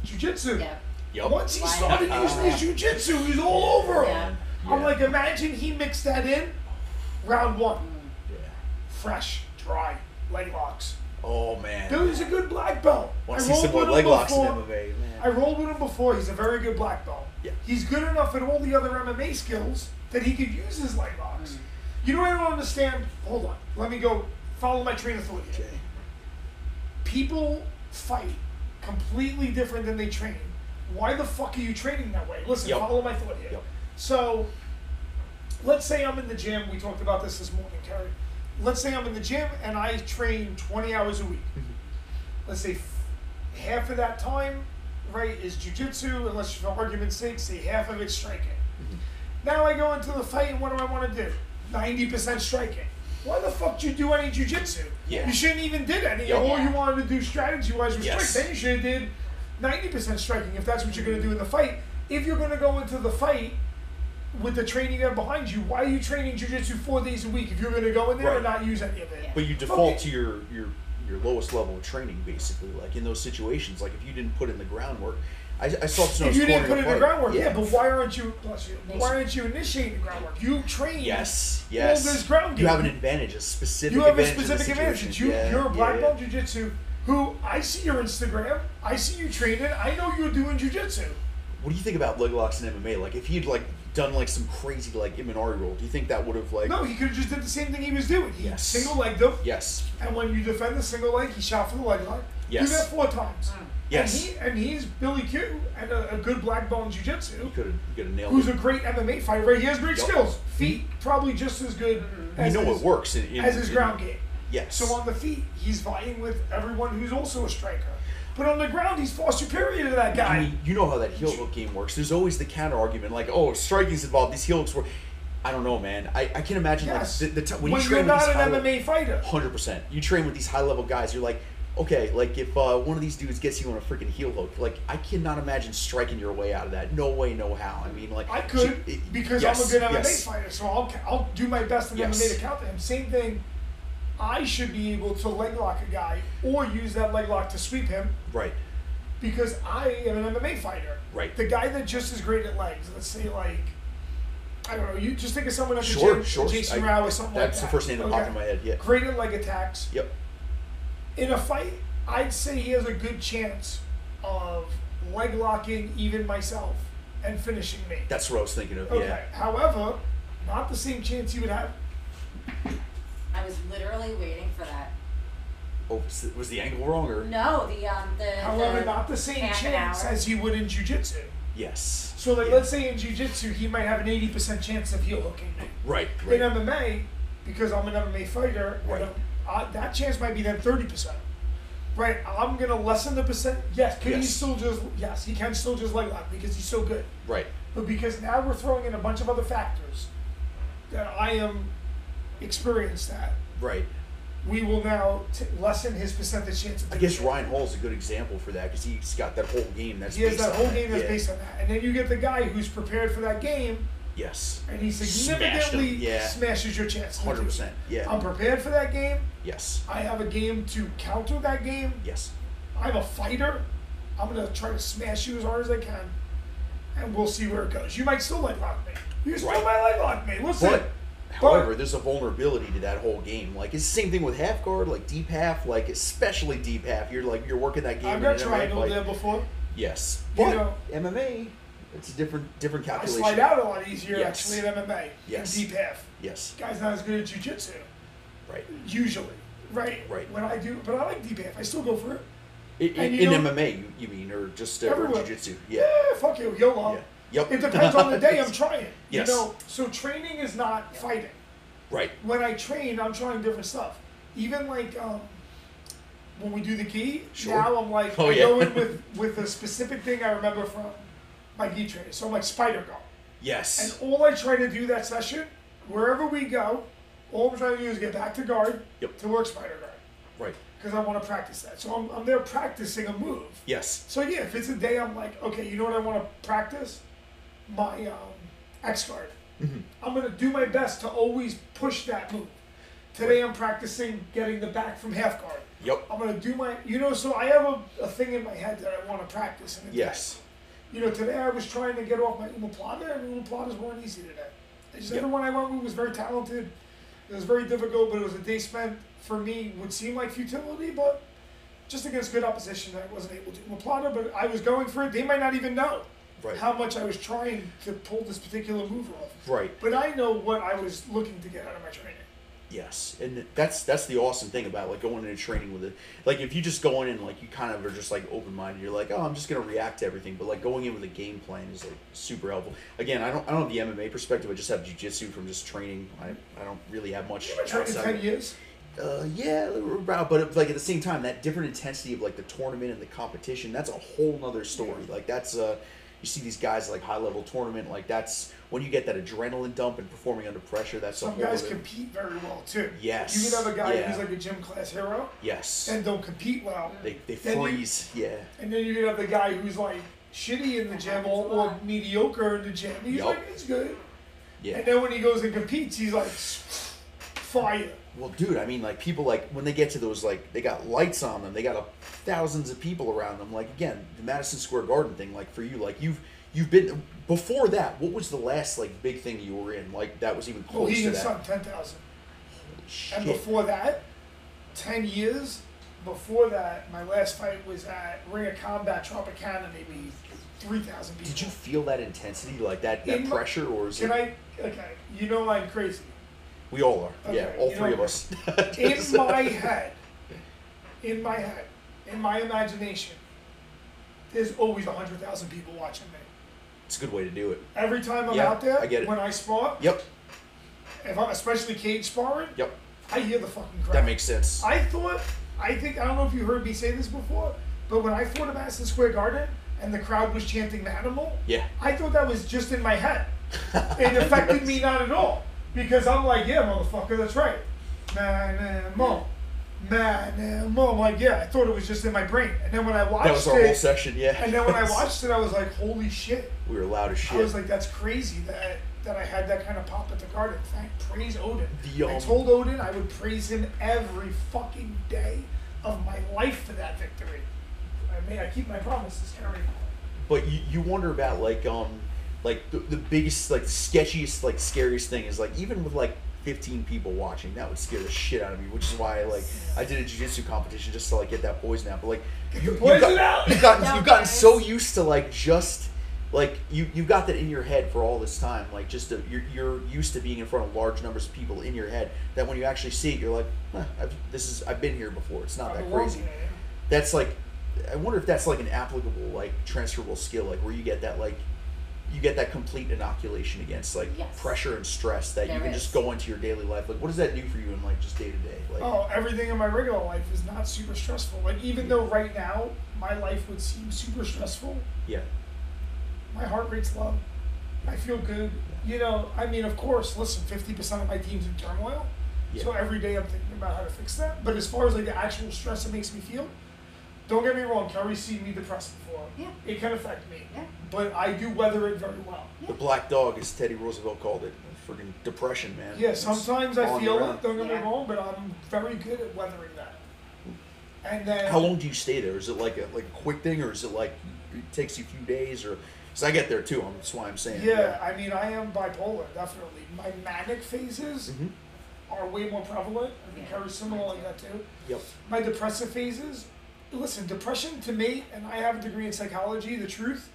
Jiu Jitsu.
Yeah.
Yup.
Once he
Why
started
not?
using his jiu jitsu, he's all over
Yeah.
him. I'm
Yeah.
like, imagine he mixed that in round one.
Yeah.
Fresh, dry, leg locks.
Oh man.
Billy's a good black belt.
Want
I
to see
rolled
some more
with him
leg locks in
before.
MMA,
I
man.
rolled with him before. He's a very good black belt.
Yeah.
He's good enough at all the other MMA skills that he could use his leg locks.
Mm.
You know what I don't understand? Hold on. Let me go follow my train of thought. here.
Okay.
People fight completely different than they train. Why the fuck are you training that way? Listen,
Yep.
follow my thought here.
Yep.
So, let's say I'm in the gym. We talked about this this morning, Terry. Let's say I'm in the gym and I train 20 hours a week. Let's say f- half of that time, right, is jujitsu, and let's, for argument's sake, say half of it's striking. Now I go into the fight, and what do I want to do? 90% striking. Why the fuck did you do any jujitsu?
Yeah.
You shouldn't even did any.
Yeah.
All you wanted to do strategy wise was
Yes.
strike. Then you should have did 90% striking if that's what you're going to do in the fight. If you're going to go into the fight with the training there behind you, why are you training jujitsu four days a week if you're going to go in there and
Right.
not use any of it?
Yeah.
But you default
Okay.
to your your your lowest level of training, basically. Like in those situations, like if you didn't put in the groundwork, I, I saw Snow's
If you didn't put
corner
in the
fight.
groundwork, yeah. but why aren't you? Bless you.
Bless
Why
you.
aren't you initiating the groundwork? You train.
Yes, yes.
there's ground
you have an
game.
advantage, a specific.
You have a
advantage in the
specific advantage.
situation.
You,
Yeah,
you're a black
yeah,
belt in jujitsu. Who I see your Instagram. I see you training. I know you're doing jujitsu.
What do you think about leg locks in MMA? Like if he'd like done like some crazy like Imanari roll, do you think that would have like?
No, he could have just did the same thing he was doing. He
Yes.
single legged him.
Yes.
And when you defend the single leg, he shot for the leg lock.
Yes.
Do that four times.
Mm.
Yes.
And, he, and he's Billy Q and a, a good black belt in jiu-jitsu,
He could have. Could have nailed
who's a
it.
great MMA fighter. Right? He has great
Yup.
skills. Feet, probably just as good as,
you know
his,
it works in, in,
as his
in-
ground game.
Yes.
So on the feet, he's vying with everyone who's also a striker. But on the ground, he's far superior to that guy.
I mean, you know how that heel hook game works. There's always the counter argument, like, oh, striking's involved. These heel hooks were. I don't know, man. I, I can imagine
yes.
like the, the t- when,
when
you
are
train with
not
these
an
high
MMA fighter.
hundred percent. You train with these high level guys. You're like, okay, like if uh, one of these dudes gets you on a freaking heel hook, like I cannot imagine striking your way out of that. No way, no how. I mean, like
I could
she- it-
because
yes,
I'm a good MMA
yes.
fighter, so I'll ca- I'll do my best in
Yes.
MMA to counter him. Same thing. I should be able to leg lock a guy or use that leg lock to sweep him
Right.
because I am an MMA fighter.
Right.
The guy that just is great at legs. Let's say like. I don't know. You just think of someone at the
Sure,
gym,
sure.
Jason
I-
Rao or something like that.
that's the first name that popped in my head, yeah.
Great at leg attacks.
Yep.
In a fight, I'd say he has a good chance of leg locking even myself and finishing me.
That's what I was thinking of.
Okay.
Yeah.
However, not the same chance you would have.
I was literally waiting for that.
Oh, was the- was the angle wrong or?
No, the um the.
However,
the
not the same
half an
chance
hour.
as you would in jujitsu.
Yes.
So, like,
Yeah.
let's say in jujitsu, he might have an eighty percent chance of heel hooking me.
Right. Right.
In MMA, because I'm an MMA fighter, and
Right.
I'm- I- that chance might be then thirty percent. Right, I'm gonna lessen the percent. Yes, can he
Yes.
still just? Yes, he can still just leg lock because he's so good.
Right.
But because now we're throwing in a bunch of other factors that I am experienced at,
Right.
we will now t- lessen his percentage chance of
I guess
doing it.
Ryan Hall's a good example for that because he's got that whole game. That's
He has
based
that
on
whole game that's
yeah.
based on that. And then you get the guy who's prepared for that game
Yes.
and he
Smashed
significantly
him, yeah.
smashes your chances.
Hundred percent. Yeah.
I'm prepared for that game.
yes.
I have a game to counter that game.
Yes.
I'm a fighter. I'm going to try to smash you as hard as I can. And we'll see where it goes. You might still leg lock me. You still
Right.
might leg lock me. Listen.
But however, there's a vulnerability to that whole game. Like it's the same thing with half guard, like deep half, like especially deep half. You're like you're working that game.
I've
in
got
an MMA
triangle
fight.
there before.
Yes,
You
but
know-
MMA, it's a different different
I
calculation.
slide out a lot easier
Yes.
actually in MMA.
Yes.
In deep half.
Yes,
Guy's not as good at jujitsu.
right.
Usually. Right?
Right.
When I do, but I like deep half. I still go for it.
I- I-
And
in
you know-
MMA, you, you mean, or just uh, or
Everywhere.
jujitsu?
Yeah,
Yeah.
Eh, fuck you, YOLO.
Yeah. Yep.
It depends on the day I'm trying.
Yes.
You know, so training is not fighting.
Right.
When I train, I'm trying different stuff. Even like um, when we do the gi,
Sure.
now I'm like
Oh,
I go
yeah.
in with with a specific thing I remember from my gi training. So I'm like spider go. And
Yes.
all I try to do that session, wherever we go, all I'm trying to do is get back to guard
Yep.
to work spider guard
right.
because I want to practice that. So I'm, I'm there practicing a move.
Yes.
So yeah, if it's a day I'm like, okay, you know what I want to practice? My um, X card. I'm gonna do my best to always push that move. Today I'm practicing getting the back from half guard.
Yep.
I'm gonna do my, you know, so I have a, a thing in my head that I want to practice. And
Yes.
You know, today I was trying to get off my umaplata, and umapalatas weren't easy today. I just
Yep.
everyone I went with was very talented. It was very difficult, but it was a day spent for me would seem like futility, but just against good opposition, I wasn't able to. Maplata, but I was going for it. They might not even know
Right.
how much I was trying to pull this particular move off.
Right.
But I know what I was looking to get out of my training.
Yes, and that's that's the awesome thing about like going into training with it. Like if you just go in and like you kind of are just like open minded, you're like, oh, I'm just gonna react to everything. But like going in with a game plan is like super helpful. Again, I don't I don't have the MMA perspective. I just have jujitsu from just training. I, I don't really have much.
You've been training
outside-
ten years.
uh, yeah, about, but it- like at the same time, that different intensity of like the tournament and the competition, that's a whole nother story. Like that's uh, you see these guys like high level tournament, like that's when you get that adrenaline dump and performing under pressure. That's a
Some
whole
guys
other-
compete very well too.
Yes.
You can have a guy
Yeah.
who's like a gym class hero
yes,
and don't compete well.
they they
then you-
freeze. yeah,
And then you can have the guy who's like shitty in the gym or, or mediocre in the gym. He's
Yup.
like, it's good. And
yeah.
then when he goes and competes, he's like, fire.
Well, dude, I mean, like people like when they get to those like they got lights on them, they got a, thousands of people around them. Like again, the Madison Square Garden thing. Like for you, like you've you've been before that. What was the last like big thing you were in? Like that was even
Well,
close
Oh, he
to
and
that.
son, 10,000. And
Shit.
before that, 10 years before that, my last fight was at Ring of Combat Tropicana, maybe 3,000 people.
Did you feel that intensity, like that, that
In-
pressure, or is it?
Can I? Okay, you know I'm crazy.
we all are.
Okay,
yeah, all
you
three
know-
of us.
in my head, in my head, in my imagination, there's always 100,000 people watching me.
it's a good way to do it.
Every time I'm
Yeah,
out there,
I get it.
when I spar,
Yep,
if I'm, especially cage sparring,
yep.
I hear the fucking crowd.
That makes sense.
I thought, I think, I don't know if you heard me say this before, but when I fought at Madison Square Garden and the crowd was chanting Manimal,
Yeah.
I thought that was just in my head. It affected me not at all because I'm like, yeah, motherfucker, that's right. Manimal. Manimal. I'm like, yeah, I thought it was just in my brain. And then when I watched
that was our whole
it,
section. Yeah.
and then when I watched it, I was like, holy shit.
we were loud as shit.
I was like, that's crazy that that I had that kind of pop at the garden. Thank praise Odin.
The,
I
um,
told Odin I would praise him every fucking day of my life for that victory. I mean, I keep my promises, Terry.
but you, you wonder about like um like the, the biggest like sketchiest like scariest thing is like even with like 15 people watching that would scare the shit out of me which is why like i did a jiu-jitsu competition just to like get that poison out but like you,
poison
got,
out!
you've gotten,
No,
you've gotten
guys.
so used to like just like you you got that in your head for all this time like just to, you're, you're used to being in front of large numbers of people in your head that when you actually see it you're like huh, I've, this is i've been here before it's not
I'm
that
the
crazy
world man.
that's like I wonder if that's like an applicable like transferable skill like where you get that like you get that complete inoculation against like
Yes.
pressure and stress that you
There
can
is.
just go into your daily life like what does that do for you in like just day to day like
Oh, everything in my regular life is not super stressful. Like even though right now my life would seem super stressful,
yeah
my heart rate's low. I feel good. You know, I mean, of course, listen, 50% of my team's in turmoil.
Yeah.
So every day I'm thinking about how to fix that. But as far as like the actual stress it makes me feel, don't get me wrong, Kerry's seen me depressed before.
Yeah.
It can affect me.
Yeah.
But I do weather it very well.
the black dog as Teddy Roosevelt called it freaking depression man
Yeah,
It's
sometimes I
following you
feel
around.
it, don't get me
Yeah.
wrong, but I'm very good at weathering that. And then
how long do you stay there is it like a like a quick thing or is it like it takes you a few days or because I get there too I'm, that's why I'm saying
Yeah, I mean, I am bipolar, definitely. My manic phases
Mhm.
are way more prevalent. I think
Yeah.
Harry's similar like that too.
yep
My depressive phases, listen, depression to me, and I have a degree in psychology, the truth,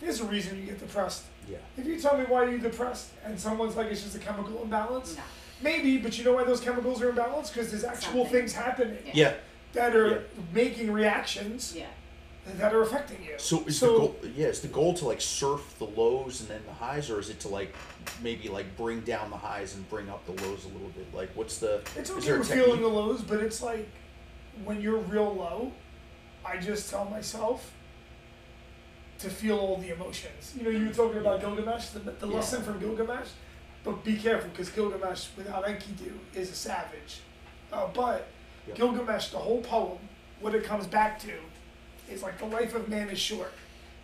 there's a reason you get depressed.
yeah
If you tell me why you're depressed and someone's like, it's just a chemical imbalance,
No.
maybe, but you know why those chemicals are imbalanced? Because there's actual
Something.
things happening
Yeah.
yeah
that are
Yeah.
making reactions
Yeah.
that are affecting you.
So is the goal? Yeah, is the goal to like surf the lows and then the highs, or is it to like maybe like bring down the highs and bring up the lows a little bit? Like, what's the?
It's
is
okay
there a
with feeling the
technique?
lows, but it's like when you're real low, I just tell myself to feel all the emotions. You know, you were talking about Gilgamesh, the, the
Yeah.
lesson from Gilgamesh, but be careful because Gilgamesh without Enkidu is a savage. Uh, but
Yeah.
Gilgamesh, the whole poem, what it comes back to is like the life of man is short,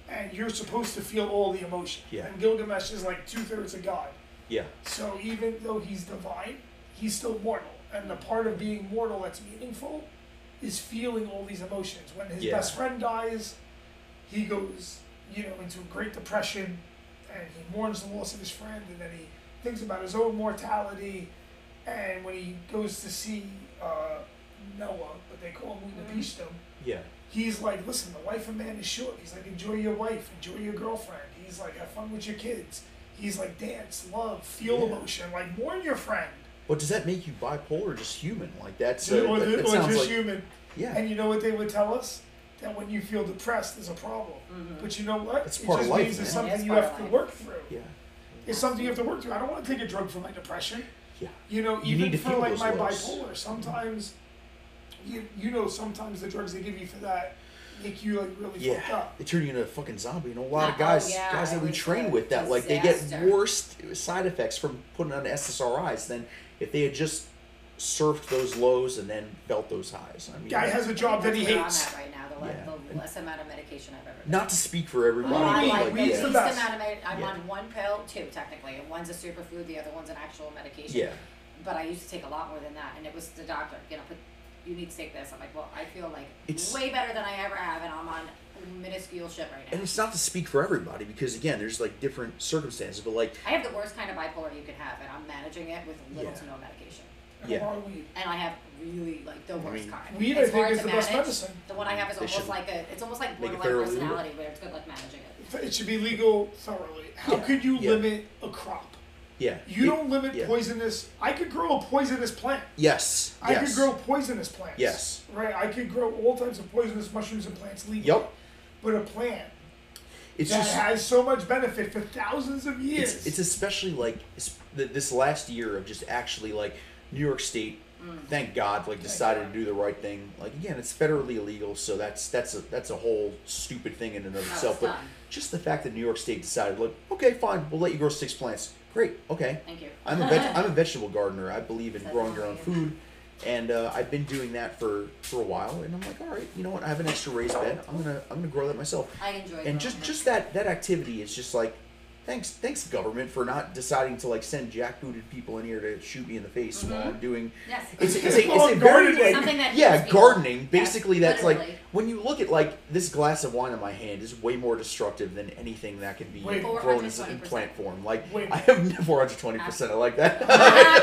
and you're supposed to feel all the emotion.
Yeah.
And Gilgamesh is like two thirds of God.
Yeah,
So even though he's divine, he's still mortal. And the part of being mortal that's meaningful is feeling all these emotions. When his
Yeah.
best friend dies, he goes, you know, into a great depression and he mourns the loss of his friend and then he thinks about his own mortality and when he goes to see uh, Noah, but they call him the
Mhm.
Beast, though,
Yeah.
he's like, listen, the life of man is short. He's like, enjoy your wife, enjoy your girlfriend. He's like, have fun with your kids. He's like, dance, love, feel
Yeah.
emotion, like, mourn your friend.
But does that make you bipolar or just human? Like that's uh,
or
that,
the-
that
or
sounds
just
like
human.
yeah.
And you know what they would tell us? That when you feel depressed, there's a problem. But you know what?
It's
it
part of
just
life,
means it's
man.
something
Yeah, it's
you
Mm-hmm. part
have
of
to
life.
work through.
Yeah.
It's something you have to work through. I don't want to take a drug for my depression.
Yeah.
You know,
You
even
need to
for
feel
like
those
my
lows.
bipolar, sometimes you you know sometimes the drugs they give you for that make you like really fucked
Yeah,
up.
they turn you into a fucking zombie. And a lot
Oh,
of guys,
yeah,
guys that
it
we
was
train
a
with, that like they get
disaster.
worse side effects from putting on SSRIs than if they had just surfed those lows and then felt those highs. I mean,
Guy has a job that he
We're on
hates.
that right now, the, le-
Yeah.
the less amount of medication I've ever. taken.
not to speak for everybody,
Well,
I
but
like
like,
the
weed's
yeah,
least
the
amount
best.
of med- I'm
Yeah.
on one pill, two technically. And one's a superfood, the other one's an actual medication.
yeah,
But I used to take a lot more than that, and it was the doctor. You know, put, you need to take this. I'm like, well, I feel like
It's-
way better than I ever have, and I'm on minuscule shit right now.
and it's not to speak for everybody because again, there's like different circumstances. But like,
I have the worst kind of bipolar you can have, and I'm managing it with little
Yeah.
to no medication.
And
Yeah.
why we-
And I have really like the worst
mean,
kind.
Weed,
it's
I think,
hard
is
to
the best
manage.
medicine.
The one I have is
They should
almost like a, it's almost like
make it
borderline
fairly legal.
personality, where it's good like managing it.
It should be legal thoroughly. How
Yeah,
could you
yeah.
limit a crop?
yeah,
You
it-
don't limit
yeah.
poisonous. I could grow a poisonous plant.
Yes,
I could
yes.
grow poisonous plants.
Yes.
Right. I could grow all types of poisonous mushrooms and plants legally.
Yup.
But a plant
It's
that
just
has so much benefit for thousands of years.
it's, it's especially like it's, th- this last year of just actually like New York State,
Mm.
thank God, like decided to do the right thing. Like again, it's federally illegal, so that's that's a that's a whole stupid thing in and of
it's
itself. But
not.
just the fact that New York State decided, like, okay, fine, we'll let you grow six plants. Great, okay.
Thank you.
I'm a veg- I'm a vegetable gardener. I believe in
That's
growing your own
amazing.
food, and uh, I've been doing that for for a while. And I'm like, all right, you know what? I have an extra raised bed. I'm gonna I'm gonna grow that myself
I enjoy. growing
and just
it.
just that that activity is just like thanks thanks government for not deciding to like send jackbooted people in here to shoot me in the face while I'm doing
Yes.
it's, a- it's, a,
Well,
it's a very
gardening.
like,
Something that heals
yeah
people.
gardening
Yes,
basically that's
literally.
like when you look at like this glass of wine in my hand is way more destructive than anything that can be
Way more.
grown as in
420%.
plant form like
Way
I
more.
have 420 percent I like that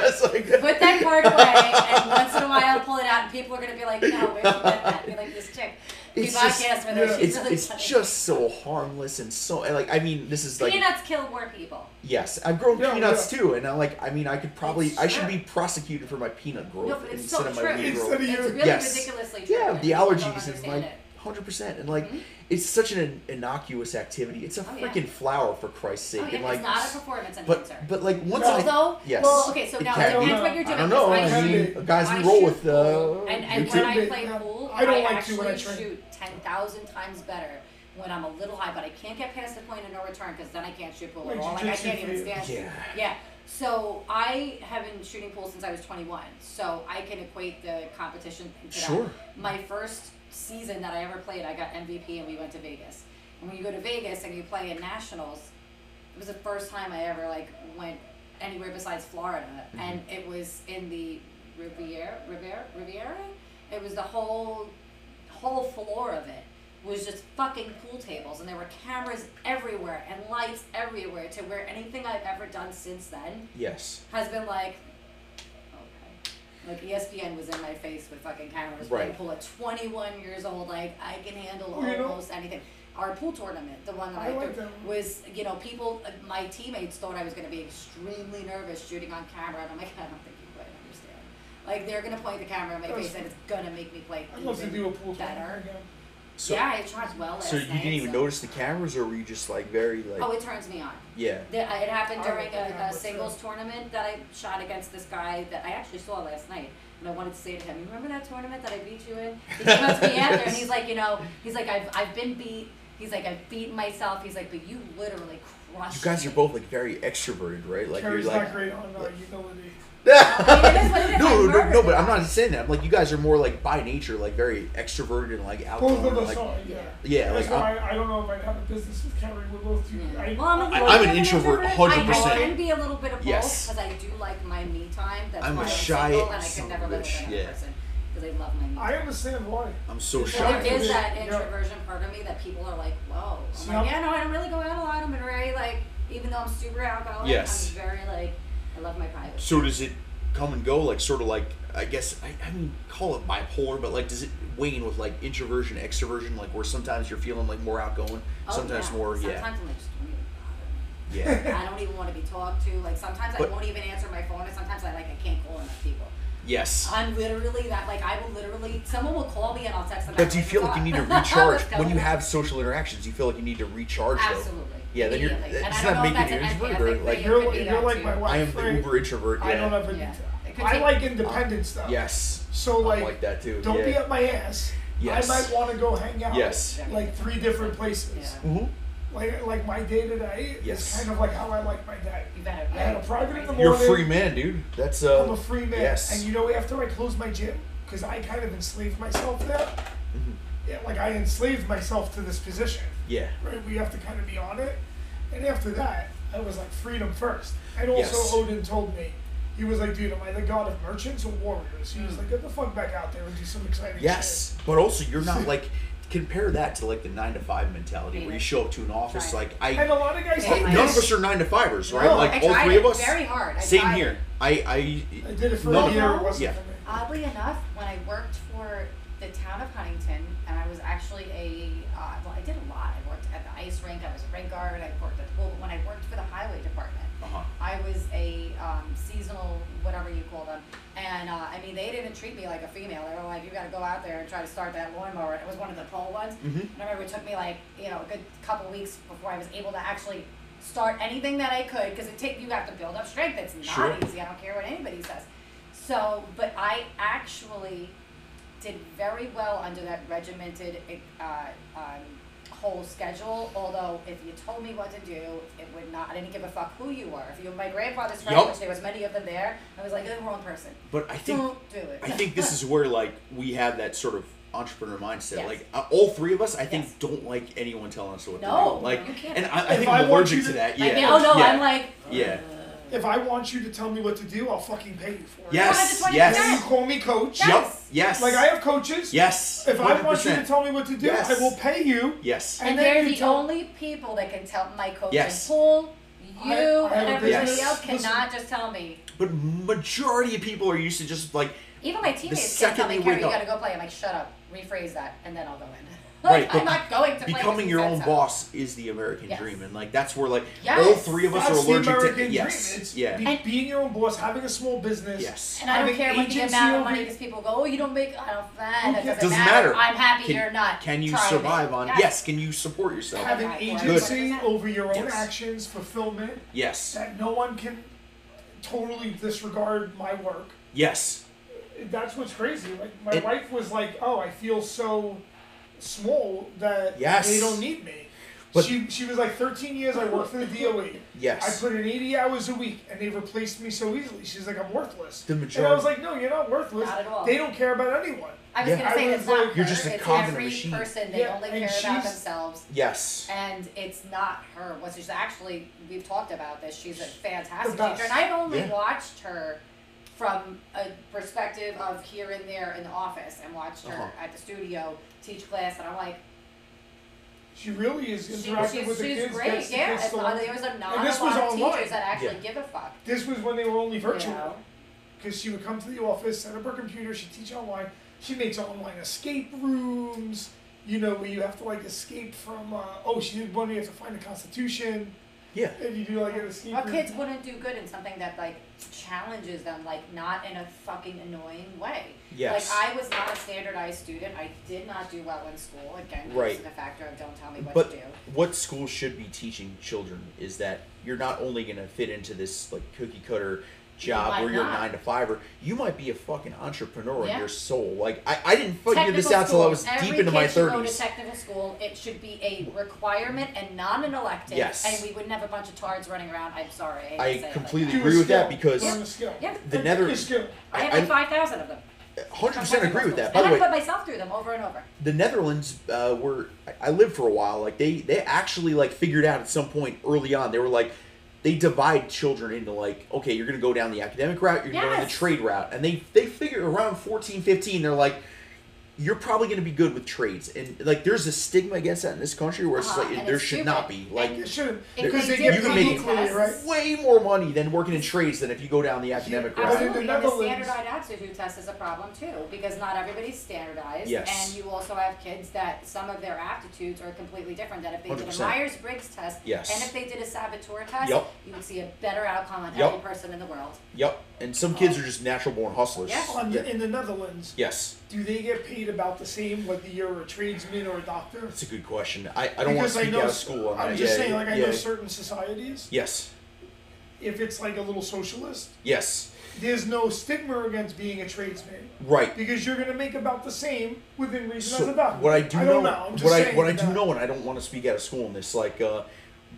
It's like-
Put that card away, and once in a while, pull it out, and people are gonna be like, "No, where'd you get that?" Be like, "This chick, we
It's just-
podcast with her.
yeah,
She's
it's
really
it's
funny."
just so harmless and so and, like I mean this is like
peanuts kill more people.
Yes, I've grown
Yeah,
peanuts
yeah.
too, and I like. I mean, I could probably. I should
Sure.
be prosecuted for my peanut growth
No, but it's
instead
so
of my
true.
weed
Instead
growth.
of
It's
You're-
really
Yes.
ridiculously true.
Yeah,
and
the
people don't
allergies and
understand
like
it. Mm-hmm.
hundred percent, and like it's such an innocuous activity. It's a
Oh, yeah.
freaking flower for Christ's
Oh,
sake,
yeah,
and like.
it's not a performance
but
enhancer.
but like once
No.
I
Although,
yes,
well, okay, so
it
now it
can
depends
be.
No,
what you're doing.
I don't
'cause
know. I,
I
mean,
shoot-
guys,
I
we roll
shoot
with uh,
pool, and,
you
and
too.
when I
Timid.
play pool,
I don't like to
actually
when I train.
shoot ten thousand times better when I'm a little high, but I can't get past the point of no return because then I can't shoot pool at
Like
all. Like I
jujitsu
can't even
for you.
stand.
Yeah.
yeah. So I have been shooting pool since I was 21, so I can equate the competition thing to
Sure.
that. My first season that I ever played, I got MVP, and we went to Vegas. And when you go to Vegas and you play in nationals, it was the first time I ever like went anywhere besides Florida, and it was in the Riviera, Riviera, Riviera. It was the whole whole floor of it was just fucking pool tables, and there were cameras everywhere and lights everywhere. To where anything I've ever done since then
yes,
has been like, okay. Like E ESPN was in my face with fucking cameras playing
Right.
pool at 21 years old. Like I can handle
Well, you know-
almost anything. Our pool tournament, the one that
I
I,
like
threw,
that one.
was, you know, people, uh, my teammates thought I was going to be extremely nervous shooting on camera, and I'm like, I don't think you quite understand. Like they're going to point the camera at my
That was
face, and it's going to make me play
I'd love to
even
do a pool
better.
tournament again.
so
yeah, I shot well last
so you
night,
didn't even
so-
notice the cameras, or were you just like very like
Oh, it turns me on.
yeah,
The, uh, it happened
I
during
don't think I
a, a
would,
singles tournament that I shot against this guy that I actually saw last night. And I wanted to say to him, "You remember that tournament that I beat you in?" He came up to me after, and he's like, "You know, he's like, I've I've been beat. He's like, I've beaten myself. He's like, but you literally crushed."
you guys are
me."
both like very extroverted, right? Like
Carrie's
you're like
not great on uh, utility.
I mean, it is what it is.
No,
I
no, no,
murdered
no, but I'm
him.
not saying that. I'm like, you guys are more like by nature, like very extroverted and like outgoing.
Both of us
like,
are. Yeah.
Yeah,
That's
like
why
I'm,
I, I don't know if I'd have a business with Carrie. We're both too. I,
Well, I'm, a
I-
little
I'm an
bit of
introvert,
I,
100%.
I can be a little bit of
Yes.
both because I do like my me time. That's
I'm
why
a
I'm
shy
single, and I
son
could
of
never
a
live with
bitch,
another
yeah.
person because I love my me time.
I understand why.
I'm so
It's
Well,
shy.
like-
there is
Yeah.
that
Yeah.
introversion part of me that people are like, whoa. I'm
So
like,
I'm-
yeah, no, I don't really go out a lot. I'm very, like, even though I'm super alcoholic,
Yes.
I'm very, like, I love my private.
So does it come and go, like sort of like I guess I, I mean call it bipolar, but like does it wane with like introversion, extroversion, like where sometimes you're feeling like more outgoing,
Oh,
sometimes
yeah.
more yeah,
Sometimes I'm like, just don't even bother me.
yeah.
I don't even want to be talked to. Like sometimes
But-
I won't even answer my phone, and sometimes I like I can't call enough people.
Yes.
I'm literally that like I will literally someone will call me and I'll text them.
But
back,
do you
like,
feel like you need to
"What's up?"
recharge
Let's go.
when you have social interactions? You feel like you need to recharge. though.
Absolutely.
Yeah, then you're-
Immediately.
it's
and I
not
don't know if
making
that's
you
an
an introvert,
ethnic
like,
thing, it
You're,
could
like-
be
you're
that
like
too.
my wife.
I am the
right?
uber introvert. Yeah.
I don't have a.
Yeah. It could
I
take-
like independence though.
Yes.
So
I'm
like,
like that too,
Don't
yeah.
be up my ass.
Yes.
I might want to go hang out.
Yes.
Like three different places.
Yeah.
Mm-hmm.
Like like my day to day
Yes.
is kind of like how I like my day.
You better.
I had a private in the
You're a
Morning.
free man, dude. That's uh.
I'm a free man.
Yes.
And you know, after I closed my gym, because I kind of enslaved myself there.
Mm-hmm.
Yeah, like I enslaved myself to this position.
yeah.
Right, we have to kind of be on it. And after that, I was like freedom first. And also,
Yes.
Odin told me. He was like, dude, am I the god of merchants or warriors? He was like, get the fuck back out there and do some exciting
Hmm. Yes, but also you're not like compare that to like the nine to five mentality where you show up to an office
Right.
like
shit. And a
I.
lot of guys
Yeah,
think
I-
None of us are nine to fivers, right?
No,
like
I
all
tried
three
it
of us.
very hard. I
Same
tried
here. I I.
I did it for
none
a
of-
year, it wasn't
yeah.
for me.
Oddly enough, when I worked for the town of Huntington, and I was actually a, uh, well, I did a lot. I worked at the ice rink, I was a rink guard, I worked at the pool, but when I worked for the highway department,
Uh-huh.
I was a um, seasonal, whatever you call them. And uh, I mean, they didn't treat me like a female. They were like, you got to go out there and try to start that lawnmower. It was one of the pole ones.
Mm-hmm.
And I remember it took me like, you know, a good couple weeks before I was able to actually start anything that I could because it take you have to build up strength. It's not
Sure.
easy. I don't care what anybody says. So, but I actually did very well under that regimented uh, um, whole schedule. Although, if you told me what to do, it would not. I didn't give a fuck who you were. If you were my grandfather's friend,
Yup.
which there was many of them there, I was like, you're the wrong person.
But I think
Don't do it.
I think this is where like we have that sort of entrepreneur mindset.
Yes.
Like uh, all three of us, I think
Yes.
don't like anyone telling us what
No,
to do. Like,
you can't.
and I, I
If
think
I
I'm
want
allergic
you
to,
to-
that. Yeah.
Like, oh no,
yeah.
I'm like,
yeah.
If I want you to tell me what to do, I'll fucking pay you for it.
Yes.
120%.
And you
Yes.
call me coach.
Yes.
Yep. Yes.
Like I have coaches.
Yes.
If I want you to
100%.
tell me what to do,
Yes.
I will pay you.
Yes.
and
then
they're
you
the
tell-
only people that can tell my coach
Yes.
and Paul, you
I- I have
and
a
everybody
business-
else
listen.
cannot just tell me.
But majority of people are used to just like
Even my teammates can't
second
tell me,
you
Carrie,
wake
you
up-
gotta go play. I'm like, shut up, rephrase that, and then I'll go in.
Right,
Like,
but
I'm not going to play because
becoming
he
your
said
own
so.
boss is the American
Yes.
dream, and like that's where like
Yes.
all three of us
That's
are
the
allergic
American
to.
dream.
yes.
It's
yeah.
be- being your own boss, having a small business.
yes.
And I
Having
don't care what the
agency
amount of
over-
money because people go, oh, you don't make. I don't. That
Okay.
doesn't,
Doesn't matter.
I'm happy
Can-
you're not.
Can you
Try me.
survive on? Yes. Can you support yourself?
Having
Right, right,
agency
right.
over your own
Yes.
actions, fulfillment
Yes.
that no one can totally disregard my work.
Yes.
That's what's crazy. Like my
It-
wife was like, "Oh, I feel so small that
Yes.
they don't need me."
But-
she she was like, "13 years I worked for the DOE."
Yes.
I put in 80 hours a week and they replaced me so easily. She's like, I'm worthless.
The
And I
majority-
was like, no, you're not worthless.
Not at all.
They don't care about anyone.
I was
Yeah.
gonna
I
say
was
it's not.
like-
Her,
You're just a
it's
cog in a
every
machine.
person. They
Yeah,
only
and
care about
she's-
themselves,
yes.
and it's not her. What's she's actually? We've talked about this. She's a fantastic
The best.
teacher, and I've only
Yeah.
watched her from a perspective of here and there in the office, and watched her
Uh-huh.
at the studio teach class, and I'm like,
She really is
she, she's,
interacting with the
she's
kids.
great.
gets the
yeah,
kids
it's,
to
uh,
learn.
there was a not
this
a
was
lot of
online.
teachers that actually
Yeah.
give a fuck.
This was when they were only virtual.
know.
Because she would come to the office, set up her computer, she'd teach online. She makes online escape rooms, you know, where you have to like escape from, uh, oh, she did one, you have to find the Constitution.
Yeah.
And you do like an escape
Our
room.
kids wouldn't do good in something that like challenges them, like not in a fucking annoying way.
Yes.
Like I was not a standardized student. I did not do well in school. Again,
Right.
this is a factor of don't tell me what
But
to do.
what school should be teaching children is that you're not only going to fit into this like cookie cutter job
might
where you're a
not.
nine to fiver, you might be a fucking entrepreneur in
Yeah.
your soul. Like I, I didn't figure this out
Technical
till I
school.
was
Every
deep into
kid
my
should Go to
thirties.
technical school. It should be a requirement and not an elective.
Yes.
And we wouldn't have a bunch of tards running around. I'm sorry. I, hate to say it
I
like
completely
Do a
agree with that
skill.
because
Learn a skill.
that. Yeah.
the
Pick
nether
a skill.
I had
I-
like five thousand of them.
hundred percent agree with that.
And
By the
I
way,
put myself through them over and over.
the Netherlands uh, were I- I lived for a while. Like they they actually like figured out at some point early on they were like they divide children into like okay you're gonna go down the academic route you're gonna go down the
Yes.
trade route and they they figure around 14 15 they're like you're probably going to be good with trades, and like there's a stigma against that in this country where it's just
Uh-huh,
like
and
there
it's
should not be
stupid.
like
It shouldn't
If
because
they
they get
did
paid
make it-
equally, right?
way more money than working in trades than if you go down the academic
Yeah.
route.
Right.
Absolutely, and the
Netherlands-
standardized aptitude test is a problem too, because not everybody's standardized,
Yes.
and you also have kids that some of their aptitudes are completely different. That if they did a
100%.
Myers Briggs test,
Yes.
and if they did a saboteur test,
Yep.
you would see a better outcome on
Yep.
every person in the world.
Yep, and some kids are just natural born hustlers.
Yeah.
On the-
Yeah.
in the Netherlands,
Yes,
do they get paid about the same whether you're a tradesman or a doctor?
that's a good question. I, I don't want to
Because I
speak
know
out of
s-
school on that.
I'm just
Yeah,
saying, like I
yeah.
know certain societies,
Yes,
if it's like a little socialist,
yes,
there's no stigma against being a tradesman
right.
because you're gonna make about the same within reason
So
as a doctor.
what I do know,
don't know. I'm just
what I
saying
what I do
that.
know, and I don't want to speak out of school on this. Like uh,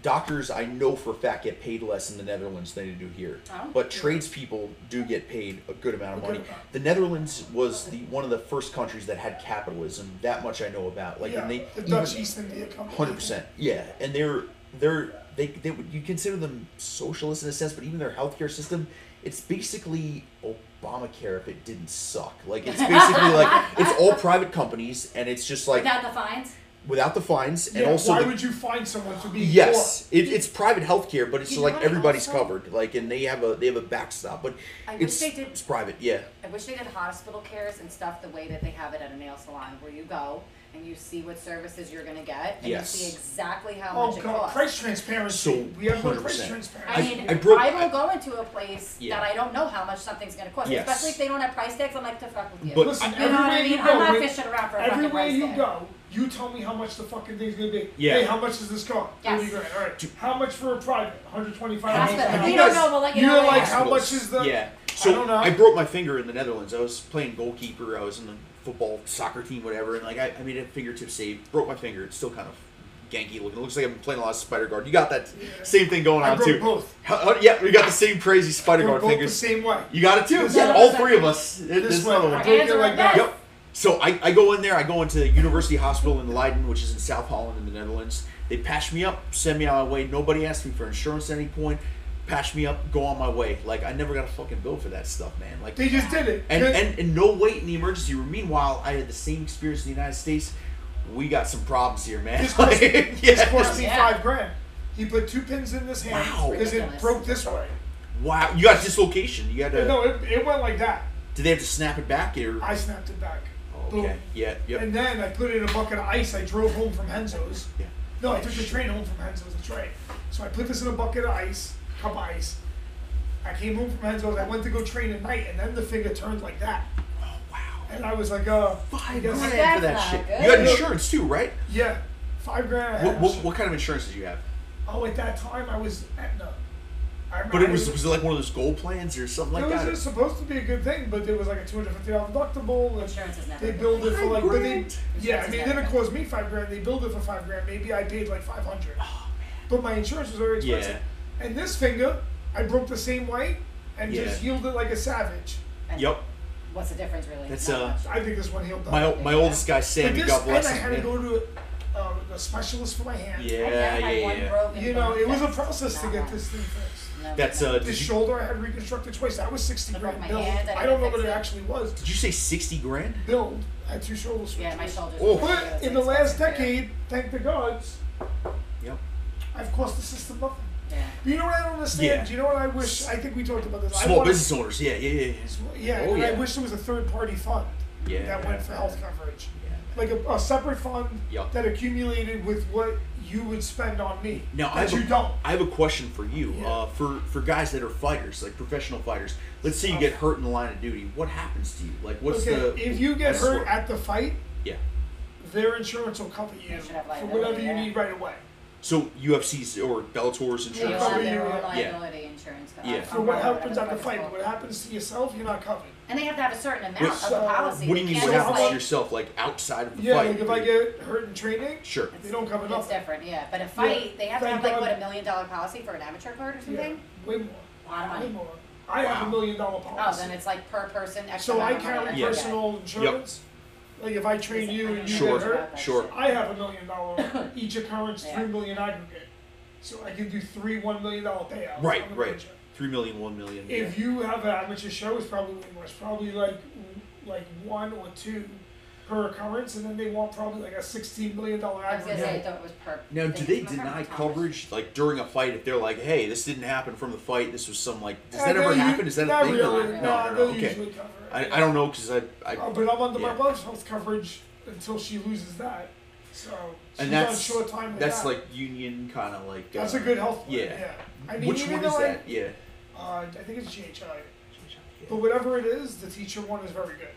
doctors, I know for a fact get paid less in the Netherlands than they do here.
Oh.
But tradespeople do get paid a good amount of
A good
money.
amount.
The Netherlands was the one of the first countries that had capitalism. That much I know about. Like
yeah,
and they
the
even-
Dutch East India Company.
Hundred percent. Yeah, and they're they're they they would you consider them socialist in a sense, but even their healthcare system, it's basically Obamacare if it didn't suck. Like it's basically like it's all private companies, and it's just like
Without the fines,
without the fines, and
Yeah,
also
why
the,
would you find someone to be
yes, it, it's private healthcare, but it's
You know
like
what,
everybody's
also-
covered. Like and they have a they have a backstop, but
I wish
it's
they did-
it's private. Yeah,
I wish they did hospital cares and stuff the way that they have it at a nail salon, where you go and you see what services you're gonna get, and
Yes.
you see exactly how
poor?
much
Oh
it
God,
costs.
price transparency.
So,
we have no price
100%.
transparency.
I mean,
I
I,
broke-
will go into a place
Yeah.
that I don't know how much something's going to cost,
Yes.
especially if they don't have price tags. I'm like, to fuck with you.
But-
Listen,
you know what I
everywhere
mean?
you go,
I'm not
we-
fishing around for a fucking
Everywhere
price
you
tag.
go, you tell me how much the fucking thing's gonna be.
Yeah.
Hey, how much is this car?
Yes.
Thirty grand, All right. How much for a private? One hundred twenty-five.
Hospital.
Have
We
you
don't
guys-
know. We'll let you
You're
know.
like,
later.
how much is the?
yeah.
So
So
I don't know.
I broke my finger in the Netherlands. I was playing goalkeeper. I was in the football soccer team, whatever, and like I, I made a fingertip save. Broke my finger. It's still kind of ganky looking. It looks like I've been playing a lot of Spider Guard. You got that same thing going
I
on
broke
too.
both.
How- how- yeah, we got the same crazy Spider
We're
Guard
both
fingers.
the same way.
You got it too.
This
Yeah,
one.
all three of us. This,
This
this
way.
another
I
one.
broke
Hands
it
are
like
a
that.
mess.
Yep. So I, I go in there, I go into the University Hospital in Leiden, which is in South Holland in the Netherlands. They patch me up, send me on my way. Nobody asked me for insurance at any point. Patch me up, go on my way. Like I never got a fucking bill for that stuff, man. Like
They just did it.
and,
Good.
and and no wait in the emergency room. Meanwhile, I had the same experience in the United States. We got some problems here, man.
This cost,
Like,
this
yeah.
cost me
Yeah.
five grand. He put two pins in this hand
Wow.
because it
Ridiculous.
broke this way.
Wow, you got dislocation. You got to.
No, it, it went like that.
Did they have to snap it back or?
I snapped it back.
okay. Yeah. Yep.
And then I put it in a bucket of ice. I drove home from Henzo's.
yeah.
No, I took the train home from Henzo's, the train. So I put this in a bucket of ice, cup of ice. I came home from Henzo's. I went to go train at night, and then the finger turned like that.
Oh wow.
And I was like, uh, I
Five
guess-
grand for
That's
that shit.
not good.
You got insurance too, right?
yeah, five grand. I
What,
had.
what, what kind of insurance did you have?
Oh, at that time I was Aetna. I remember
But it
I
was was it like one of those gold plans or something like
it was
that?
just supposed to be a good thing, but there was like a two hundred fifty dollar deductible. And
Insurance is never
they
a good
billed it for
thing.
like,
Five
but they,
grand.
yeah, I mean,
Insurance is
it didn't
never good.
cost me five grand. They billed it for five grand. Maybe I paid like five hundred. But my insurance was very
Yeah.
expensive. And this finger, I broke the same way and just
Yeah.
healed it like a savage.
And
Yep.
What's the difference, really?
That's,
Not
uh,
much.
I think this one healed.
My
up.
o- my oldest guy
But
Sammy,
this,
God
and I
bless
had
him.
to
man.
go to um, a specialist for my hand.
Yeah,
I've never
yeah,
had one
yeah.
broken
You know, it was a
bone.
process to
Not
get
Uh-huh.
one.
this thing fixed.
No,
That's
no.
uh.
The
Did you,
shoulder I had reconstructed twice. That was 60
I broke
grand
my
build.
hand, I
I
had
don't
to
know what
fix
it
it.
actually was.
did you say sixty grand?
Build. I had two shoulder
Yeah,
surgeries.
my shoulders.
Oh.
were really
But
good,
in
so
the last
expensive, yeah.
decade, thank the gods,
Yep.
I've cost the system nothing.
Yeah.
But you know what I don't understand?
Yeah.
You know what I wish? I think we talked about this. I
Small
wanna-
business owners. Yeah, yeah, yeah,
Yeah,
Oh,
and I
yeah.
wish there was a third party fund
yeah. Yeah.
that went for health coverage.
Yeah.
Like a, a separate fund
Yeah.
that accumulated with what you would spend on me.
Now I
that
have,
you
a,
don't.
I have a question for you.
Yeah.
Uh, for for guys that are fighters, like professional fighters. Let's say you get hurt in the line of duty. What happens to you? Like, what's
okay,
the
if you get
what's
hurt
the-
at the fight,
yeah.
their insurance will cover you
should have
for
liability,
whatever you
yeah.
need right away.
So UFC's or Bellator's
They all
insurance.
cover
have
you,
their own
yeah.
liability insurance. co-
Yeah.
uh,
For what
umbrella,
happens at the
whatever fuck it's
fight,
called.
what happens to yourself, you're not covered.
And they have to have a certain amount
Wait,
of the
uh,
policy.
What do you
They
mean?
can't
What
just,
how
happens
like-
to yourself, like outside of the
Yeah,
fight?
like if I get hurt in training,
sure.
they don't cover
It's
nothing.
different, yeah. But a fight, they have to
Thank
have like
God.
what a million dollar policy for an amateur card or
Yeah,
something.
way more.
Lot of money.
Way more. I have a million dollar
Oh,
policy.
then it's like per person. X
so I
amount of money.
carry
That's
Yeah.
okay.
personal insurance. Like if I train you and you
Sure.
get hurt,
Sure.
I have a million dollar each occurrence,
Yeah.
three million aggregate. So I can do three one million dollar payouts.
Right,
on the
right.
paycheck.
Three million, one million.
If you have an amateur show, it's probably way more. It's probably like like one or two per occurrence, and then they want probably like a sixteen million dollar
I was gonna say I
aggregate.
thought it was per.
Now, do
thing.
they
Remember
deny
Thomas?
coverage like during a fight if they're like, "Hey, this didn't happen from the fight. This was some like." Does
Yeah,
that ever
they u-
happen? Is that
Uh, not
a thing?
Really,
no,
nah,
no, no.
they
Okay,
usually cover it.
I, I don't know because I, I
Uh, but I'm under
yeah.
my mom's health coverage until she loses that. So she's
and that's
on short time. with
that's
that.
like union kind of like.
that's
uh,
a good health. plan,
yeah.
yeah. I mean,
Which
even
one
though
is
I-
that? Yeah.
Uh, I think it's GHI.
Yeah.
But whatever it is, the teacher one is very good.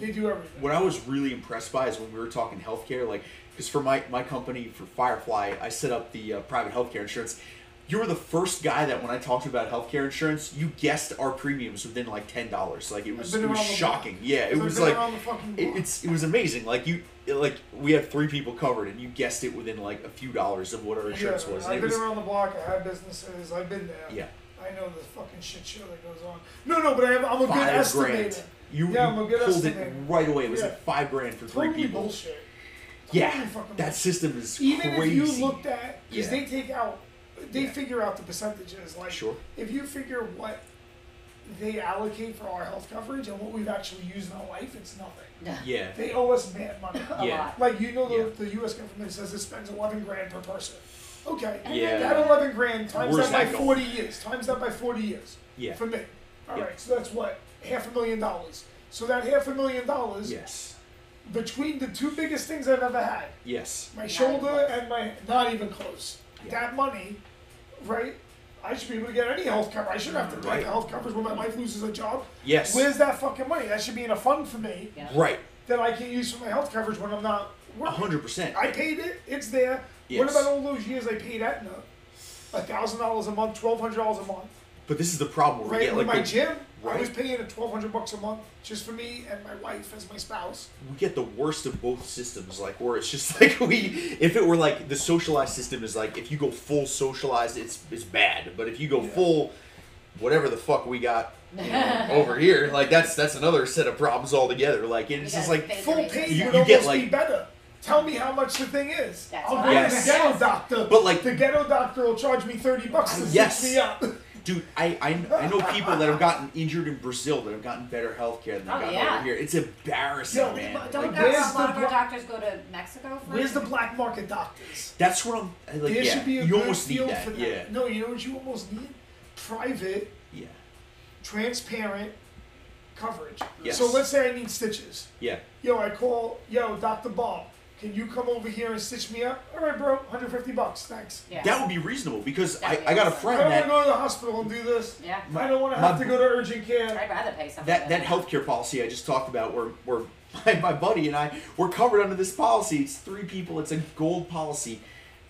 They do everything.
What I was really impressed by is when we were talking healthcare, like, because for my, my company, for Firefly, I set up the uh, private healthcare insurance. You were the first guy that when I talked about healthcare insurance, you guessed our premiums within like ten dollars. Like it was,
been
it was
around the block.
shocking. Yeah, it
I've
was
been
like
around the fucking
it,
block.
it's it was amazing. Like you, it, like we had three people covered, and you guessed it within like a few dollars of what our insurance
Yeah,
was. And
I've
it
been
was
around the block. I have businesses. I've been there.
yeah,
I know the fucking shit show that goes on. No, no, but I have, I'm a good
five
estimator.
grand. You,
Yeah,
you
I'm a good
pulled it
estimator.
right away. It was
Yeah.
like five grand for three
Totally
people.
bullshit. Totally
Yeah,
fucking
that
bullshit.
system is
Even
crazy.
if you looked at, because
Yeah.
they take out, they
Yeah.
figure out the percentages. Like,
Sure.
if you figure what they allocate for our health coverage and what we've actually used in our life, it's nothing.
yeah,
They owe us mad money.
A
Yeah.
lot.
Like you know, the,
Yeah.
the U.S. government says it spends eleven grand per person. Okay,
Yeah.
that eleven grand times
Where's
that by
that going?
forty years. Times that by forty years.
Yeah.
For me, all right.
Yeah.
So that's what half a million dollars. So that half a million dollars
yes,
between the two biggest things I've ever had,
yes,
my
Not
shoulder
even close.
and my not even close.
Yeah.
That money, right? I should be able to get any health cover. I shouldn't have to pay
Right.
the health coverage when my wife loses a job.
yes.
Where's that fucking money? That should be in a fund for me
Yeah.
right,
that I can use for my health coverage when I'm not
a
working.
hundred percent.
I paid it. It's there. What
Yes.
about all those years I paid Aetna? A thousand dollars a month, twelve hundred dollars a month.
But this is the problem.
Right
Right, yeah,
with
like
my
the-
gym, I was
right.
paying at twelve hundred bucks a month just for me and my wife as my spouse.
we get the worst of both systems like where it's just like we if it were like the socialized system is like if you go full socialized it's it's bad but if you go
Yeah.
full whatever the fuck we got you know, over here like that's that's another set of problems altogether like it's just
gotta
like
pay-
Full pay
You-
would
you
almost
get,
be
like-
better. Tell me how much the thing is.
That's
I'll
what
go
I
to the
was
ghetto
saying.
doctor.
But, like-
the ghetto doctor will charge me thirty bucks to
Yes.
fix me up.
dude I, I I know people that have gotten injured in Brazil that have gotten better health care than they've
Oh,
gotten
yeah.
over here it's embarrassing
Yo,
man
but
Don't
Like,
Like,
that- a lot
where's the
of our
blo-
doctors go to Mexico for?
Where's the
it?
black market doctors?
that's what I'm I, like
there
yeah
should be a
you
good
almost need
field
that
for that.
yeah
No, you know what you almost need? Private
yeah
transparent coverage.
Yes.
So let's say I need stitches.
yeah
Yo, I call, yo, Dr. Bob, can you come over here and stitch me up? All right, bro, 150 bucks, thanks.
Yeah.
that would be reasonable because I,
That'd be
I got a
awesome.
I don't want to
friend that
go to the hospital and do this.
Yeah.
I don't want to have to go to urgent care.
I'd rather pay something.
that that healthcare policy I just talked about, where where my, my buddy and I were covered under this policy. It's three people. It's a gold policy,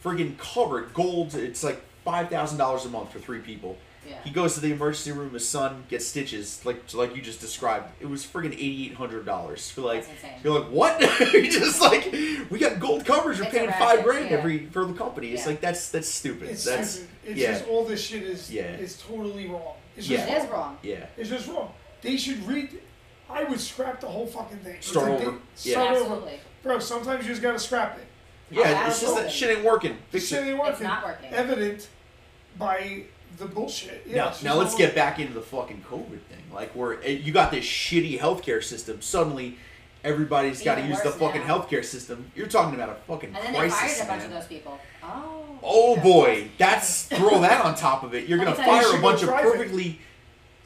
friggin' covered gold. It's like five thousand dollars a month for three people.
Yeah.
He goes to the emergency room. His son gets stitches, like like you just described. It was friggin' eighty eight hundred dollars for like
That's insane.
you're like what? You're just like we got gold coverage. We're
It's
paying
erratic,
five grand
yeah.
every for the company. It's
Yeah.
like that's that's stupid.
It's
that's
stupid. It's
yeah
just all this shit is
Yeah.
is totally wrong. It's
Yeah.
just
It is wrong.
yeah.
It's just wrong. They should read. I would scrap the whole fucking thing. It's
Start
like they-
over. Yeah.
Start over.
Absolutely.
Bro, sometimes you just gotta scrap it.
Yeah, it's just that
absolutely.
shit ain't working.
The
Fix
shit
it.
ain't working.
not working.
Evident by the bullshit. Yeah,
Now,
it's
now
just
let's
all-
get back into the fucking COVID thing. Like, where eh, you got this shitty healthcare system. Suddenly, everybody's got to
Even
use the
worse
fucking
now.
healthcare system. You're talking about a fucking
And then they
crisis,
fired a bunch
man.
of those people. Oh.
Oh
okay.
boy, that's throw that on top of it. You're gonna
Let me tell you,
fire
you
a
should
bunch
go
of
private.
perfectly.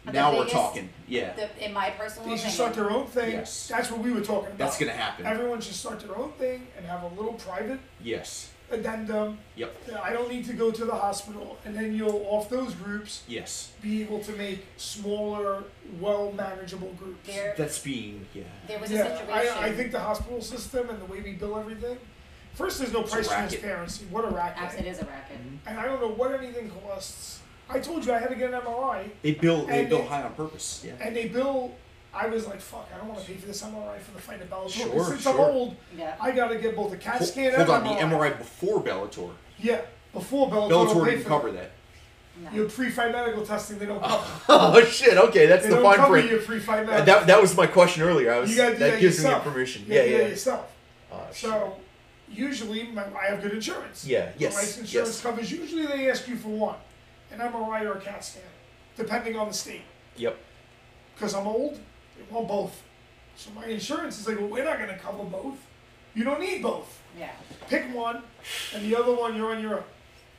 But the
Now we're
biggest-
talking. Yeah,
The, in my personal
They should
opinion,
start their own thing.
Yes.
That's what we were talking about.
that's gonna happen.
Everyone should start their own thing and have a little private
Yes.
addendum.
Yep.
that I don't need to go to the hospital, and then you'll off those groups
Yes.
be able to make smaller, well manageable groups.
there,
That's being yeah.
there was a
yeah,
situation.
I, I think the hospital system and the way we bill everything. First, there's no
It's a
price
racket.
transparency. What a racket!
Abs- it is a racket.
And I don't know what anything costs. I told you I had to get an MRI.
They build they
And
build
it-
high on purpose. Yeah.
And they bill. I was like, fuck, I don't want to pay for this MRI for the fight at Bellator. 'cause
Sure,
since I'm
sure.
old,
Yeah.
I got to get both a CAT
Hold,
scan
hold on,
and
the MRI before Bellator.
Yeah, before Bellator. will
Bellator
pay
didn't
for
cover
it.
that.
No.
Your pre-fight medical testing, they don't cover.
Oh shit! Okay, that's
they
the
don't
fine
cover
print.
your pre-fight
Uh,
medical.
that, that was my question earlier. I was
you gotta do
that,
that
gives
yourself.
me the permission.
You
Yeah,
gotta do
yeah.
that yourself.
Uh,
So usually, my, I have good insurance.
Yeah,
My
yes,
life insurance
yes.
covers. Usually, they ask you for one, an MRI or a CAT scan, depending on the state.
yep.
Because I'm old, they want both. So my insurance is like, well, we're not going to cover both. You don't need both.
Yeah.
Pick one, and the other one you're on your own.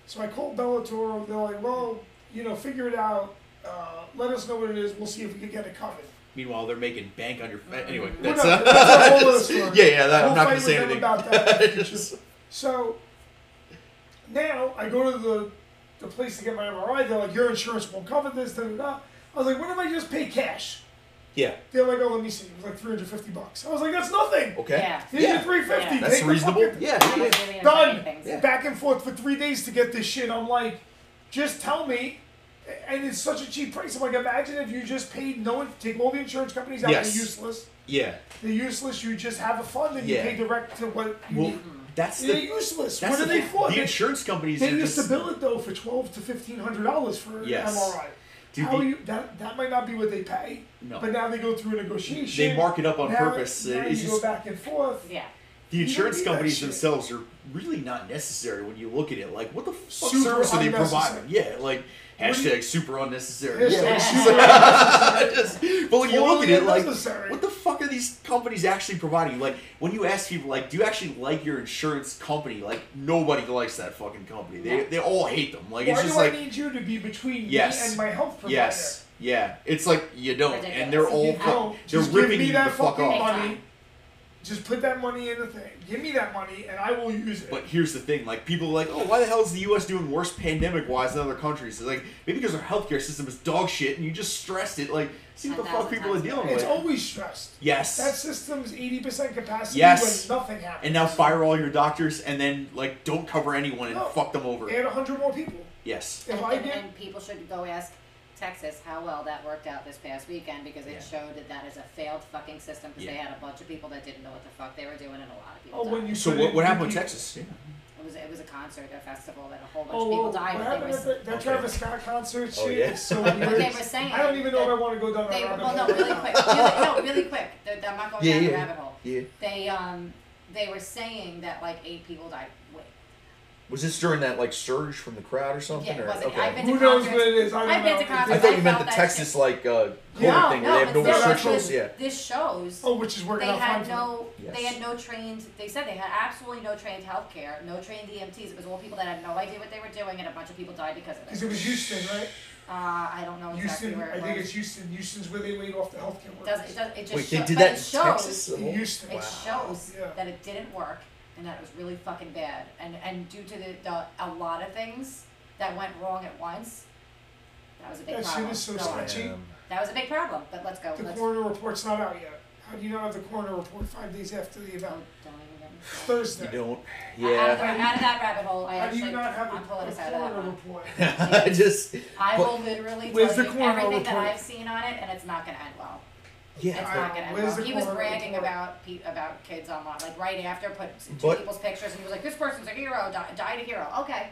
So I called Bellator. They're like, well, you know, figure it out. Uh, let us know what it is. We'll see if we can get it covered.
Meanwhile, they're making bank on your. Anyway,
We're
that's.
not-
Uh,
that's a whole other story.
yeah, yeah. That,
We'll
Uh, I'm not
fight
gonna
with
say
them
anything.
about that in the
Just-
future. So now I go to the the place to get my MRI. They're like, your insurance won't cover this. Da, da, da. I was like, what if I just pay cash?
yeah.
They're like, oh, let me see. It was like 350 bucks. I was like, that's nothing.
Okay.
Yeah.
Here's your 350.
Yeah.
That's
Take the
reasonable.
fucking-
Yeah.
I
yeah.
didn't really invite
Done.
anything.
Yeah.
Back and forth for three days to get this shit. I'm like, just tell me. And it's such a cheap price. I'm like, imagine if you just paid no one, take all the insurance companies out.
Yes.
They're useless.
Yeah.
They're useless. You just have a fund and
Yeah.
you pay direct to what you
Well,
need.
that's
They're
the.
useless.
That's
what
the,
are Mm-hmm. they
thing.
for?
The
They,
insurance companies.
they
are
used to
just,
bill it though for twelve to fifteen hundred dollars for an
Yes.
MRI.
Dude,
How
the-
you that that might not be what they pay.
No.
But now they go through a negotiation.
They mark it up on
Now-
purpose.
Now
It's
you
just-
go back and forth.
Yeah.
The insurance
need that
companies
shit.
themselves are really not necessary when you look at it. Like, what the fuck
Super
service are they
unnecessary.
providing? Yeah, like
What do you-
hashtag super unnecessary.
It's
Yeah.
like super-
I just- but when you look at
Totally
it, like,
unnecessary.
what the fuck are these companies actually providing? Like, when you ask people, like, do you actually like your insurance company? Like, nobody likes that fucking company. They, they all hate them. Like,
Why
it's
do
just
I
like,
need you to be between
Yes.
me and my health provider?
yes, yeah. It's like you don't, and they're
You
all,
know,
they're
just give
ripping
me
you
that
the fuck
fucking
off.
money. Just put that money in the thing. Give me that money, and I will use it.
But here's the thing: like people are like, oh, why the hell is the U.S. doing worse pandemic-wise than other countries? It's like maybe because our healthcare system is dog shit, and you just stressed it. Like, see what
A
the fuck
thousand
people are
times
dealing
it's
with.
always stressed.
yes.
That system's eighty percent capacity
Yes.
when nothing happens.
and now fire all your doctors, and then like don't cover anyone and
No.
fuck them over.
add hundred more people.
yes.
If I
and,
get
and people should go ask Texas how well that worked out this past weekend because it
Yeah.
showed that that is a failed fucking system because they
Yeah.
had a bunch of people that didn't know what the fuck they were doing and a lot of people.
Oh,
died.
when you
So
put
what,
in
what
two
happened with
people-
Texas? Yeah.
It was it was a concert, a festival that a whole bunch
Oh,
of people
well,
died.
what
and
happened
they
at
were,
the, that Travis Scott concert?
Oh,
shit
yeah.
is so
What
weird.
they were saying
I don't even know
that-
if I want to go down
they,
that rabbit
well, no,
hole.
really quick, really, no, really quick. They're- I'm not going
Yeah,
down the
yeah.
rabbit hole.
Yeah.
They um they were saying that like eight people died. Wait,
Was this during that like surge from the crowd or something?
yeah,
or,
it wasn't.
okay.
I've been to
Who knows
concerts.
what it is? I don't
I've
know.
been to concerts.
I thought you meant
felt
the
that
Texas
shit.
like uh,
No,
COVID thing
no,
where they have no
it's still-
restrictions.
this,
Yeah.
this shows
Oh, which is working
they
out
had
fine for
no
Yes.
they had no trained they said they had absolutely no trained healthcare no trained EMTs it was all people that had no idea what they were doing and a bunch of people died because of
because
it
it was Houston, right?
uh, I don't know exactly
Houston,
where
I
it
think
was
it's Houston. Houston's where they laid off the healthcare
it
workers.
does it does it just
Wait,
sho-
they did
but
that
it
in
shows
Texas? The
In
whole-
Houston.
it shows
Yeah.
that it didn't work and that it was really fucking bad and and due to the, the a lot of things that went wrong at once that was a big
That shit
problem
is so
So,
sketchy.
Um,
that was a big problem but let's go
The
let's
coroner report's not out yet. How do you not have the coroner report five days after the
oh,
event?
don't even get me started.
Thursday.
you don't.
Out of,
Yeah.
that- out of that rabbit hole, I
How do
actually,
you not have
I'm
a,
pulling
a
us out of that
coroner
one.
report?
I just.
I
But-
will literally tell you
Where's the
everything
corner
that
report?
I've seen on it, and it's not going to end well. It's
Yeah.
I-
not going to end
where's
well.
the
He was
corner
bragging
report?
about pe- about kids online, like right after, put two
But-
people's pictures, and he was like, "This person's a hero, di- died a hero." Okay,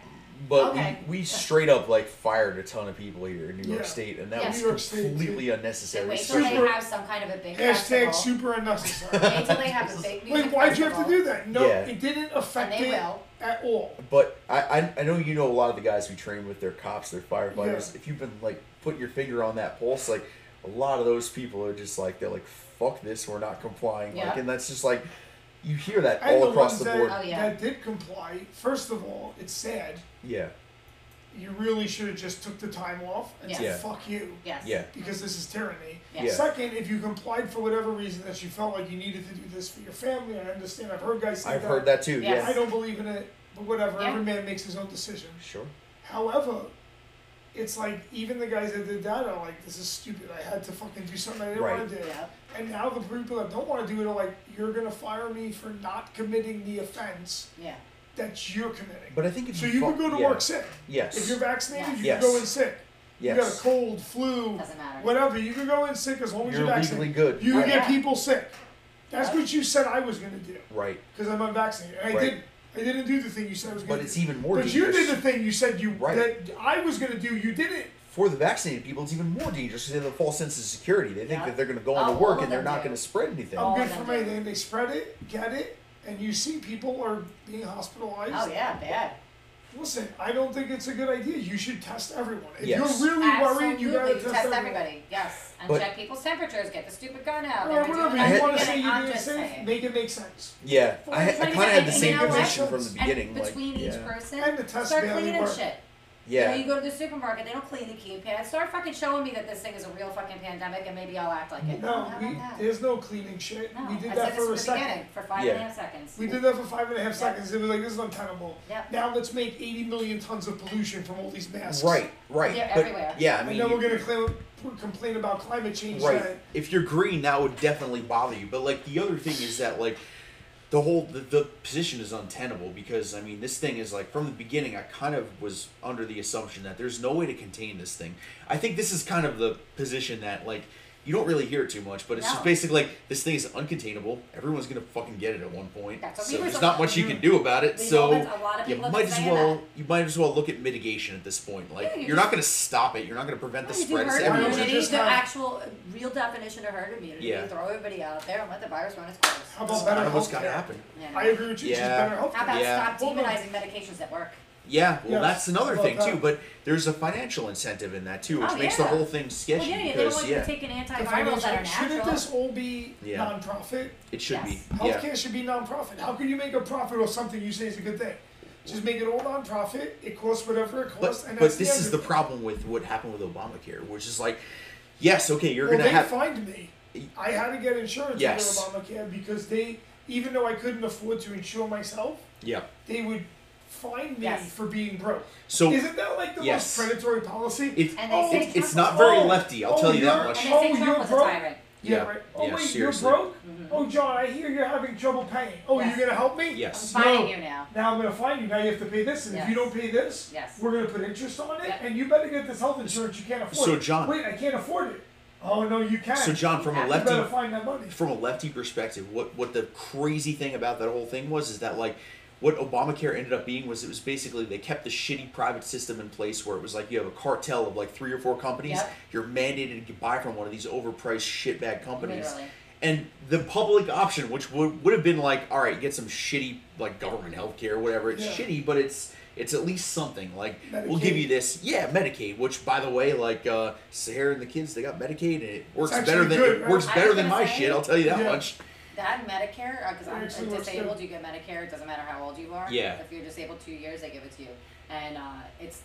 But
Okay.
we, we straight up like fired a ton of people here in New York
Yeah.
State, and that
Yeah.
New York
was
State,
completely
so
unnecessary.
wait till they
Super-
have some kind of a big
Hashtag
festival.
super unnecessary.
Wait till they have a big music
Wait, why'd you have to
festival.
do that? No,
Yeah.
it didn't affect
And they
it
will.
at all.
But I, I I know you know a lot of the guys we train with. They're cops. They're firefighters.
Yeah.
If you've been like putting your finger on that pulse, like a lot of those people are just like they're like fuck this. We're not complying. Like
Yeah.
and that's just like you hear that
And
all
the
across
ones
the
that,
board.
Oh, yeah.
that did comply, first of all, it's sad.
yeah.
You really should have just took the time off and said,
Yeah.
fuck you,
Yes.
Yeah.
because this is tyranny.
Yeah.
Yeah.
Second, if you complied for whatever reason that you felt like you needed to do this for your family, I understand. I've heard guys say
I've heard that too.
Yes.
I
Yeah.
don't believe in it, but whatever.
Yeah.
Every man makes his own decision.
Sure.
However, it's like even the guys that did that are like, this is stupid. I had to fucking do something I didn't
Right.
want to do.
Yeah.
And now the people that don't want to do it are like, you're gonna fire me for not committing the offense
Yeah.
that you're committing.
But I think if
so
you,
you
fu-
can go to
yeah.
work sick. If
Yes.
you're vaccinated, you
Yes.
can go in sick.
Yes.
You got a cold, flu,
Doesn't matter. Oh,
whatever. You can go in sick as long as
You're
you're,
legally
vaccinated.
good.
You can
right.
get
Yeah.
people sick. That's what you said I was gonna do
Right.
because I'm unvaccinated. And I
Right.
didn't. I didn't do the thing you said I was gonna
But
do.
it's even more
But you
dangerous.
did the thing you said you
Right.
that I was gonna do. You did it.
for the vaccinated people, it's even more dangerous 'cause they have a false sense of security. They think
Yeah.
that they're going to go
Oh,
into
all
work
of
and they're
them
not
do.
going to spread anything.
I'm
All
good
of
for
them
my
did.
name. They spread it, get it, and you see people are being hospitalized.
Oh yeah, bad.
Listen, I don't think it's a good idea. You should test everyone. If
Yes.
you're really worried,
Absolutely,
you gotta test,
test
everyone.
everybody. Yes, and
But-
check people's temperatures. Get the stupid gun out.
Or
They were
whatever
doing that.
you want to say,
I'm
you're being
just
safe.
saying.
Make it make sense.
Yeah, I, I
Well,
kind of had the
and
same
you know what?
position from the
And
beginning.
And between
like,
each
yeah.
person,
And the test
start
value
cleaning
work.
shit. You, know,
yeah.
you go to the supermarket, they don't clean the keypad. Start fucking showing me that this thing is a real fucking pandemic, and maybe I'll act like it.
No,
How about
we,
that?
there's no cleaning shit.
No,
we did
I
that
said
for a
this from the
second.
beginning for five and a half
Yeah.
seconds.
We did that for five and a half seconds. It was like this is untenable.
Yep.
Now let's make 80 million tons of pollution from all these masks.
Right,
Right.
They're
but-
everywhere.
Yeah, I
And
mean,
then we're gonna claim, complain about climate change.
Right.
That,
If you're green, that would definitely bother you. But like the other thing is that like the whole the, the position is untenable because I mean this thing is like from the beginning I kind of was under the assumption that there's no way to contain this thing. I think this is kind of the position that like you don't really hear it too much, but it's just
No.
basically like this thing is uncontainable. Everyone's gonna fucking get it at one point.
That's what
so
we were
there's not
talking-
much you can do about it.
We've
so
all been- a lot of
you
people have
might
been
as
saying
well
that.
you might as well look at mitigation at this point. Like
Yeah, you
you're
just-
not gonna stop it. You're not gonna prevent the
You do
spread. It's
herd
Why don't you
everyone's
immunity,
just
the
have-
actual uh, real definition of herd immunity.
Yeah.
Throw everybody out there and let the virus run its course.
how about better
None of us
health
gotta happen.
Yeah.
I agree with you. Just
Yeah.
better health
How about
Yeah.
stop
Hold on.
demonizing medications that work?
Yeah, well,
Yes, uh,
that's another
about
thing
that.
too. But there's a financial incentive in that too, which
Oh,
makes
yeah.
the whole thing
Well,
sketchy
yeah, yeah, they're the
because
ones
yeah,
who taking
The
antivirals that are
financial- Shouldn't
natural.
this all be
Yeah.
nonprofit?
it should
Yes.
be.
Healthcare
Yeah,
should be nonprofit. How can you make a profit off something you say is a good thing? Just make it all nonprofit. It costs whatever it costs,
but
and
but
that's
this
end
is
of
the
it.
problem with what happened with Obamacare, which is like, yes, okay, you're
Well,
gonna
they
have
fined me. I had to get insurance
Yes.
under Obamacare because they, even though I couldn't afford to insure myself,
yeah.
they would fine me
Yes.
for being broke.
So
Isn't that like the
yes.
most predatory policy?
it,
And
Oh,
they say
it's-
it's
Trump-
not very
Oh,
lefty. I'll
oh,
tell you that
you're-
much.
And
Oh,
they say
you're
Trump was a
broke?
tyrant. Mm-hmm.
yeah,
yeah,
right. Oh
yeah,
wait,
seriously.
you're broke. Oh John, I hear you're having trouble paying. Oh,
Yes.
you're gonna help me?
I'm
Yes.
fining
No.
you now.
Now I'm gonna find you. Now you have to pay this, and if you
Yes.
don't pay this,
Yes.
we're gonna put interest on it,
Yep.
and you better get this health insurance you can't afford.
So, John-
wait, I can't afford it. Oh no, you can.
So John, from
Yeah.
a
You
you better
lefty
find that money.
from a lefty perspective, what what the crazy thing about that whole thing was is that like what Obamacare ended up being was it was basically they kept the shitty private system in place where it was like you have a cartel of like three or four companies.
Yep.
You're mandated to buy from one of these overpriced shitbag companies.
Literally.
And the public option, which would would have been like, all right, get some shitty like government health care, whatever. It's
Yeah.
shitty, but it's it's at least something. Like we'll give
Medicaid.
you this, yeah, Medicaid. Which by the way, like uh, Sarah and the kids, they got Medicaid, and it works better
actually
than
good,
it
right?
works
I
better
was
than
gonna
my
say-
shit. I'll tell you that
Yeah.
much.
That and Medicare, because I'm
Actually works
disabled,
good.
you get Medicare. It doesn't matter how old you are.
Yeah.
If you're disabled two years, they give it to you, and uh, it's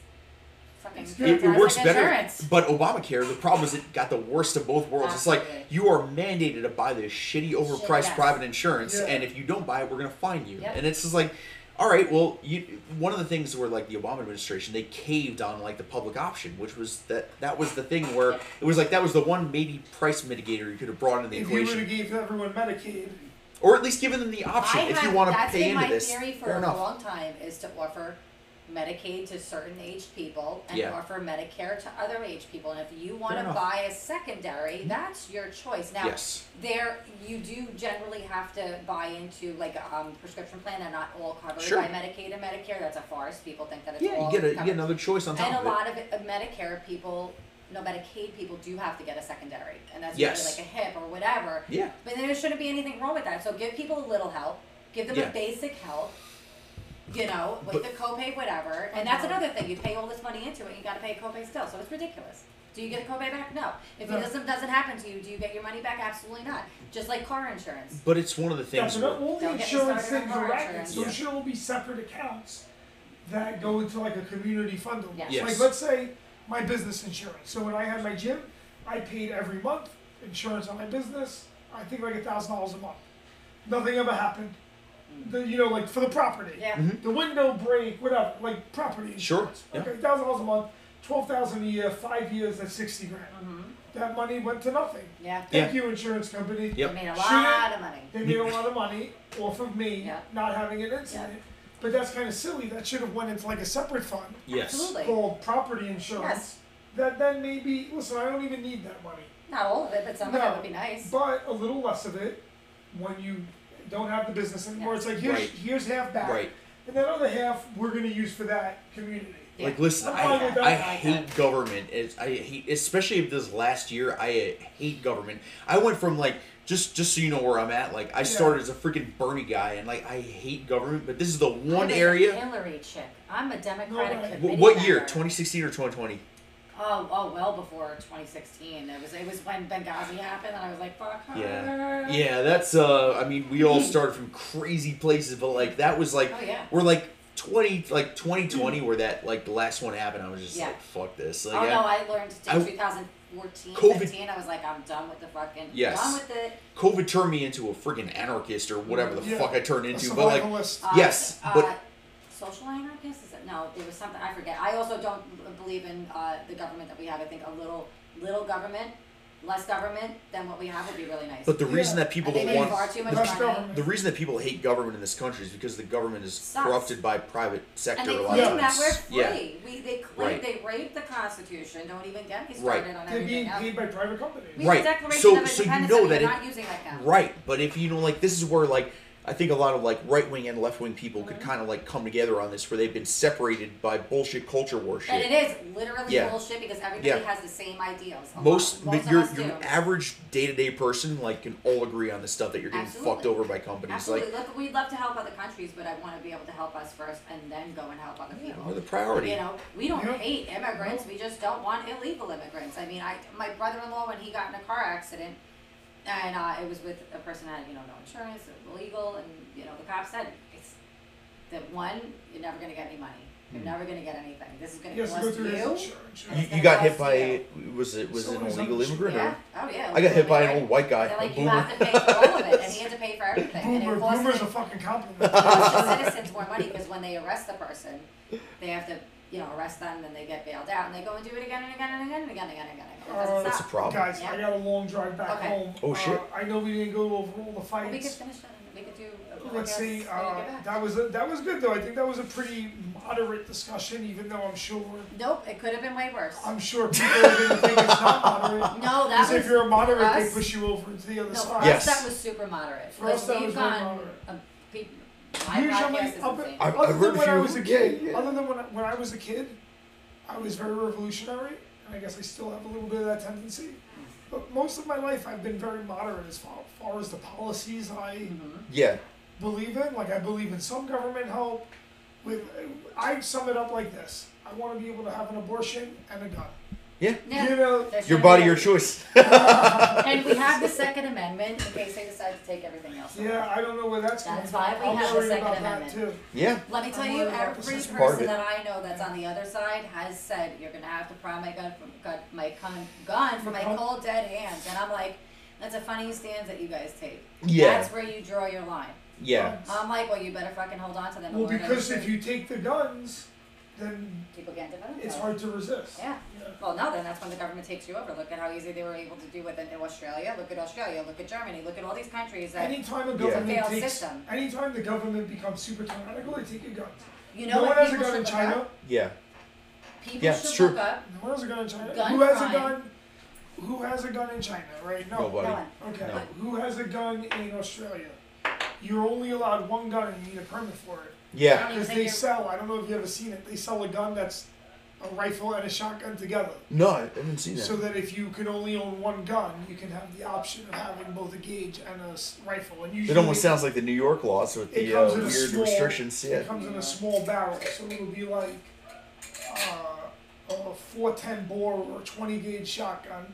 fucking.
It's good.
It, it works
fantastic
better,
Insurance.
but Obamacare. The problem is it got the worst of both worlds. It's like
Absolutely.
you are mandated to buy this shitty, overpriced
yes.
private insurance,
Yeah.
and if you don't buy it, we're gonna fine you.
Yep.
And it's just like, all right, well, you. One of the things where like the Obama administration, they caved on like the public option, which was that that was the thing where
Yep.
it was like that was the one maybe price mitigator you could have brought into the
if you would
equation,
have gave everyone Medicaid,
or at least given them the option
I
if
have,
you want to
that's
pay
been
into
my
this.
theory for
Fair
a
enough.
long time is to offer Medicaid to certain aged people and
Yeah.
offer Medicare to other aged people. And if you want
Fair
to
enough.
buy a secondary, that's your choice. Now,
Yes.
there you do generally have to buy into like a um, prescription plan. They're not all covered
Sure.
by Medicaid and Medicare. That's a farce. People think that it's
Yeah, you
all
get a, you
covered.
get another choice on top
and
of
a
it.
lot of, it, of Medicare people, no Medicaid people do have to get a secondary, and that's
Yes.
usually like a hip or whatever.
Yeah.
But there shouldn't be anything wrong with that. So give people a little help. Give them
Yeah.
a basic help. You know, with
But- Uh-huh.
the copay, whatever. And that's another thing. You pay all this money into it, you got to pay a copay still. So it's ridiculous. Do you get a copay back? No. If
No.
it doesn't doesn't happen to you, do you get your money back? Absolutely not. Just like car insurance.
But it's one of the things.
that's
where-
not all the
Don't get me
insurance
started on
things
car
are rackets.
insurance.
So
Yeah.
it should all be separate accounts that go into like a community fund.
Yes.
Yes.
Like let's say my business insurance. So when I had my gym, I paid every month insurance on my business. I think like a thousand dollars a month. Nothing ever happened. The, you know, like for the property.
Yeah.
Mm-hmm.
The window break, whatever, like property
Sure,
insurance.
yeah.
Okay, thousand dollars a month, twelve thousand a year, five years, that's sixty grand.
Mm-hmm.
That money went to nothing.
Yeah.
Thank you, insurance company.
Yep.
I made a
Shouldn't-
lot of money.
They made a lot of money off of me
Yeah.
not having an incident. But that's kind of silly. That should have went into like a separate fund
Yes.
Absolutely.
called property insurance.
Yes.
That then maybe listen. I don't even need that money,
Not all of it, but some of
No.
it would be nice.
but a little less of it when you don't have the business anymore.
Yeah.
It's like here's
Right.
here's half back.
Right.
and that other half we're going to use for that community.
Like,
Yeah.
listen,
I'm fine
I,
with that.
I
I
like
hate
that.
government. It's, I hate, especially if this last year, I uh, hate government. I went from like just just so you know where I'm at. Like, I started as a freaking Bernie guy, and like I hate government. But this is the one
I'm a
area.
Hillary chick. I'm a
No,
Democratic.
right.
Wh-
committee
What year?
member.
2016 or 2020?
Oh, oh, well before 2016. It was it was when Benghazi happened, and I was like, fuck her.
Yeah. Yeah, that's uh I mean we all started from crazy places, but like that was like
Oh, yeah.
we're like twenty like twenty twenty where that like the last one happened, I was just
Yeah.
like fuck this. Like
Oh
I-
no, I learned
I-
in 2014,
COVID
15. I was like, I'm done with the fucking.
Yes.
Done with it.
COVID turned me into a freaking anarchist or whatever the
Yeah.
fuck I turned
A
into, but like
survivalist.
Uh,
Yes,
uh,
but-
Social anarchist? Is it? No, there was something I forget. I also don't b- believe in uh, the government that we have. I think a little little government, less government than what we have would be really nice.
but the reason
Yeah.
that people
I think
don't
they
want
far too much
Less
money.
government.
the reason that people hate government in this country is because the government is
Sucks.
corrupted by private sector
And they
a lot
claim
of
that
times.
we're free.
Yeah.
We, they claim
Right.
they rape the Constitution. Don't even get me
Right.
started on
They're being
everything else.
paid by private companies.
We
Right.
have a Declaration
So-
of Independence
so you
and
know
we
that
are
it-
not using that now.
Right, but if you know, like, this is where, like, I think a lot of, like, right wing and left wing people could
Mm-hmm.
kind of, like, come together on this where they've been separated by bullshit culture war shit.
And it is literally
Yeah.
bullshit because everybody
Yeah.
has the same ideals. A lot-
Most,
most of
your,
us
your
do.
average day to day person, like, can all agree on the stuff that you're getting
Absolutely.
fucked over by companies.
Absolutely.
Like,
Look, we'd love to help other countries, but I want to be able to help us first and then go and help other people.
we're the priority.
You know, we don't
Yeah.
hate immigrants. We just don't want illegal immigrants. I mean, I my brother-in-law when he got in a car accident, and uh, it was with a person that had you know no insurance, it was illegal, and you know the cop said it's that one you're never going to get any money.
Hmm.
You're never going to get anything. This is going
He
to
has to go
cost
through his
you.
insurance.
You,
It's
you
gonna
got hit
cost
by,
you.
was it was it an
Someone who's
illegal
under-
immigrant?
Yeah.
Or?
Oh yeah.
I got hit by
Right.
an old white guy.
They're
a
like, you
boomer.
have to pay for all of it, and he had to pay for everything. and
Boomer,
it cost
boomer's a
him-
fucking
It
compliment.
costs the citizens more money because when they arrest the person, they have to, you know, arrest them and they get bailed out and they go and do it again and again and again and again and again and again. It
Uh,
doesn't
That's
a
stop.
problem.
Guys, I
Yeah.
got a long drive back
Okay.
home.
Oh, shit.
Uh, I know we didn't go over all the
Well, we could
fights.
finish it. We could do. a
Let's
podcast
see.
when you
Uh,
get back.
that was a, that was good though. I think that was a pretty moderate discussion, even though I'm sure
Nope, it could have been way worse.
I'm sure people are going to think it's not moderate.
No, that
Because if
was.
you're a moderate,
us.
they push you over to the other
No, for
side.
Yes.
us that was super moderate.
For
Like,
us, that
we've
was very
gone,
moderate.
uh, pe- my
Usually,
podcast is
up-
insane.
I-
other
heard
than
a
when I
few-
was a kid,
yeah, yeah.
other than when I, when I was a kid, I was very revolutionary, and I guess I still have a little bit of that tendency. But most of my life, I've been very moderate as far, far as the policies I
Yeah.
believe in. Like I believe in some government help. With I sum it up like this: I want to be able to have an abortion and a gun.
Yeah.
Yeah,
You know,
there
Your
shouldn't
body,
be
your
any-
choice.
And we have the Second Amendment in case they decide to take everything else. away.
yeah, I don't know where that's going.
That's why we
I'm
have the
worried
Second
about
Amendment.
that too.
yeah.
Let me tell
I'm
you,
worried about
every
this as
person
part of it.
that I know that's on the other side has said, "You're gonna have to pry my gun from gun, my con, gun from my
Gun.
cold dead hands," and I'm like, "That's a funny stance that you guys take.
Yeah.
That's where you draw your line."
Yeah.
I'm like, "Well, you better fucking hold on to them." and
Um, Well,
learn
because if
everything."
you take the guns, then
people can't defend
it's
themselves.
hard to resist.
Yeah. Well, no, then that's when the government takes you over. Look at how easy they were able to do it in in Australia. Look at Australia. Look at Germany. Look at all these countries that
Anytime a
It's a
government
failed
takes,
system.
anytime the government becomes super tyrannical, they take a gun.
you know.
no
what
one has a
people
gun in
should look
China.
up?
Yeah.
People
Yeah, it's
should
true.
look up.
No one has a gun in China.
Gun
who has
crime.
a gun? Who has a gun in China? Right? No.
Nobody.
No one.
Okay.
No.
Who has a gun in Australia? You're only allowed one gun, and you need a permit for it.
I
Yeah.
don't even
Because
think
they
you're-
sell. I don't know if you ever seen it. They sell a gun that's a rifle and a shotgun together.
No, I haven't seen that.
So that if you can only own one gun, you can have the option of having both a gauge and a s- rifle. And usually
It almost sounds like the New York laws with
It
the uh,
comes in a
weird
small-
restrictions. Yeah.
It comes in a small barrel, so it'll be like uh, a 410 bore or 20 gauge shotgun,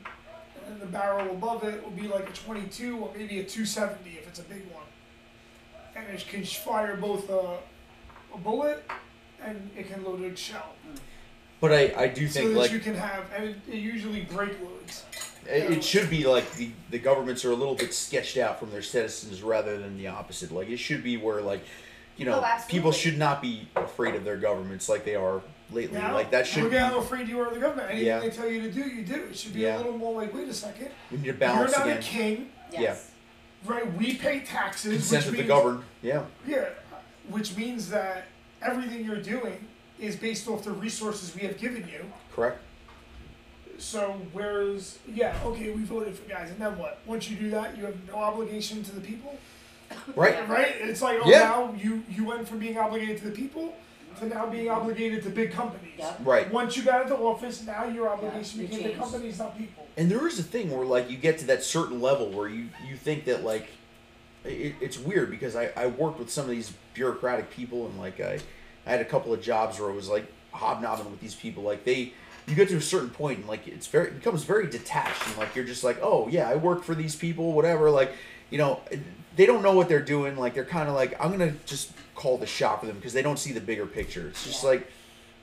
and then the barrel above it will be like a 22 or maybe a 270 if it's a big one, and it can sh- fire both a, a bullet and it can load a shell,
But I, I do
so
think
that
like
you can have and it, it usually break loads.
it, it should be like the, the governments are a little bit sketched out from their citizens rather than the opposite. Like it should be where like you know
Oh, absolutely.
people should not be afraid of their governments like they are lately.
Now,
like that should
look
be,
at how afraid you are of the government. Anything
Yeah.
they tell you to do, you do. It should be
Yeah.
a little more like, wait a second,
we need to
you're
balance
not
again.
a king.
Yes.
Right, we pay taxes,
Consent
which
of the
means,
governed. Yeah.
Yeah, which means that everything you're doing is based off the resources we have given you.
Correct.
So whereas, yeah, okay, we voted for guys, and then what? Once you do that, you have no obligation to the people.
Right?
right? It's like, oh,
Yeah.
now you, you went from being obligated to the people to now being obligated to big companies.
Yep.
Right.
Once you got into office, now your obligation
you
became the
changed.
companies, not people.
And there is a thing where like you get to that certain level where you you think that like it, it's weird because I I worked with some of these bureaucratic people and like I I had a couple of jobs where I was like hobnobbing with these people like they you get to a certain point and like it's very it becomes very detached and like you're just like oh yeah I work for these people whatever like you know they don't know what they're doing like they're kind of like I'm gonna just call the shot for them because they don't see the bigger picture it's just
Yeah.
like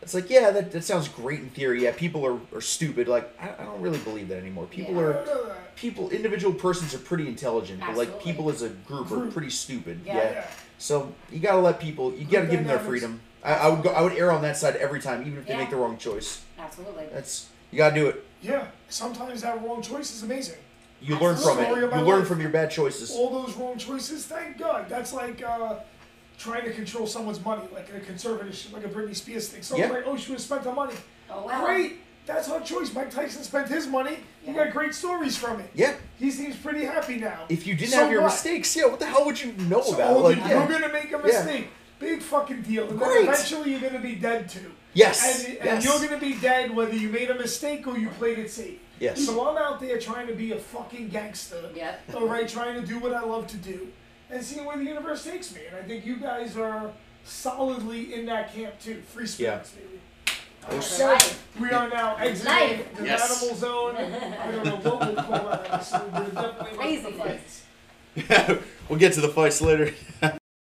it's like, yeah, that, that sounds great in theory. Yeah, people are, are stupid. Like, I, I don't really believe that anymore. People
Yeah.
are,
Uh,
people, individual persons are pretty intelligent, but like
Absolutely.
people as a group are
Group.
pretty stupid. Yeah.
Yeah.
yeah.
So you gotta let people, you gotta
Group
give them their
dynamics.
freedom. I, I would go, I would err on that side every time, even if they
Yeah.
make the wrong choice.
Absolutely.
That's, you gotta do it.
Yeah. Sometimes that wrong choice is amazing.
You
That's
learn
the
from it.
story of my
You learn
life.
from your bad choices.
All those wrong choices, thank God. That's like uh, trying to control someone's money, like a conservative, sh- like a Britney Spears thing. Someone's
Yeah.
like, oh, she would spent her money.
Oh wow.
Great. That's her choice. Mike Tyson spent his money. He
Yeah.
got great stories from it.
Yeah.
He seems pretty happy now.
If you didn't
So
have your
what?
mistakes, yeah, what the hell would you know
So
about?
all
Like,
the-
yeah.
you're gonna make a mistake. Big fucking deal. And then
Great.
eventually you're gonna be dead too.
Yes.
And, and
yes.
you're gonna be dead whether you made a mistake or you played it safe.
Yes.
So I'm out there trying to be a fucking gangster.
Yep.
All right, trying to do what I love to do, and seeing where the universe takes me. And I think you guys are solidly in that camp too. Free spirits, baby.
For
So
life.
we are now exiting
Life.
the
Yes.
animal zone. I don't know what we'll call that episode, but it definitely wasn't the
Craziness.
fights.
we'll get to the fights later.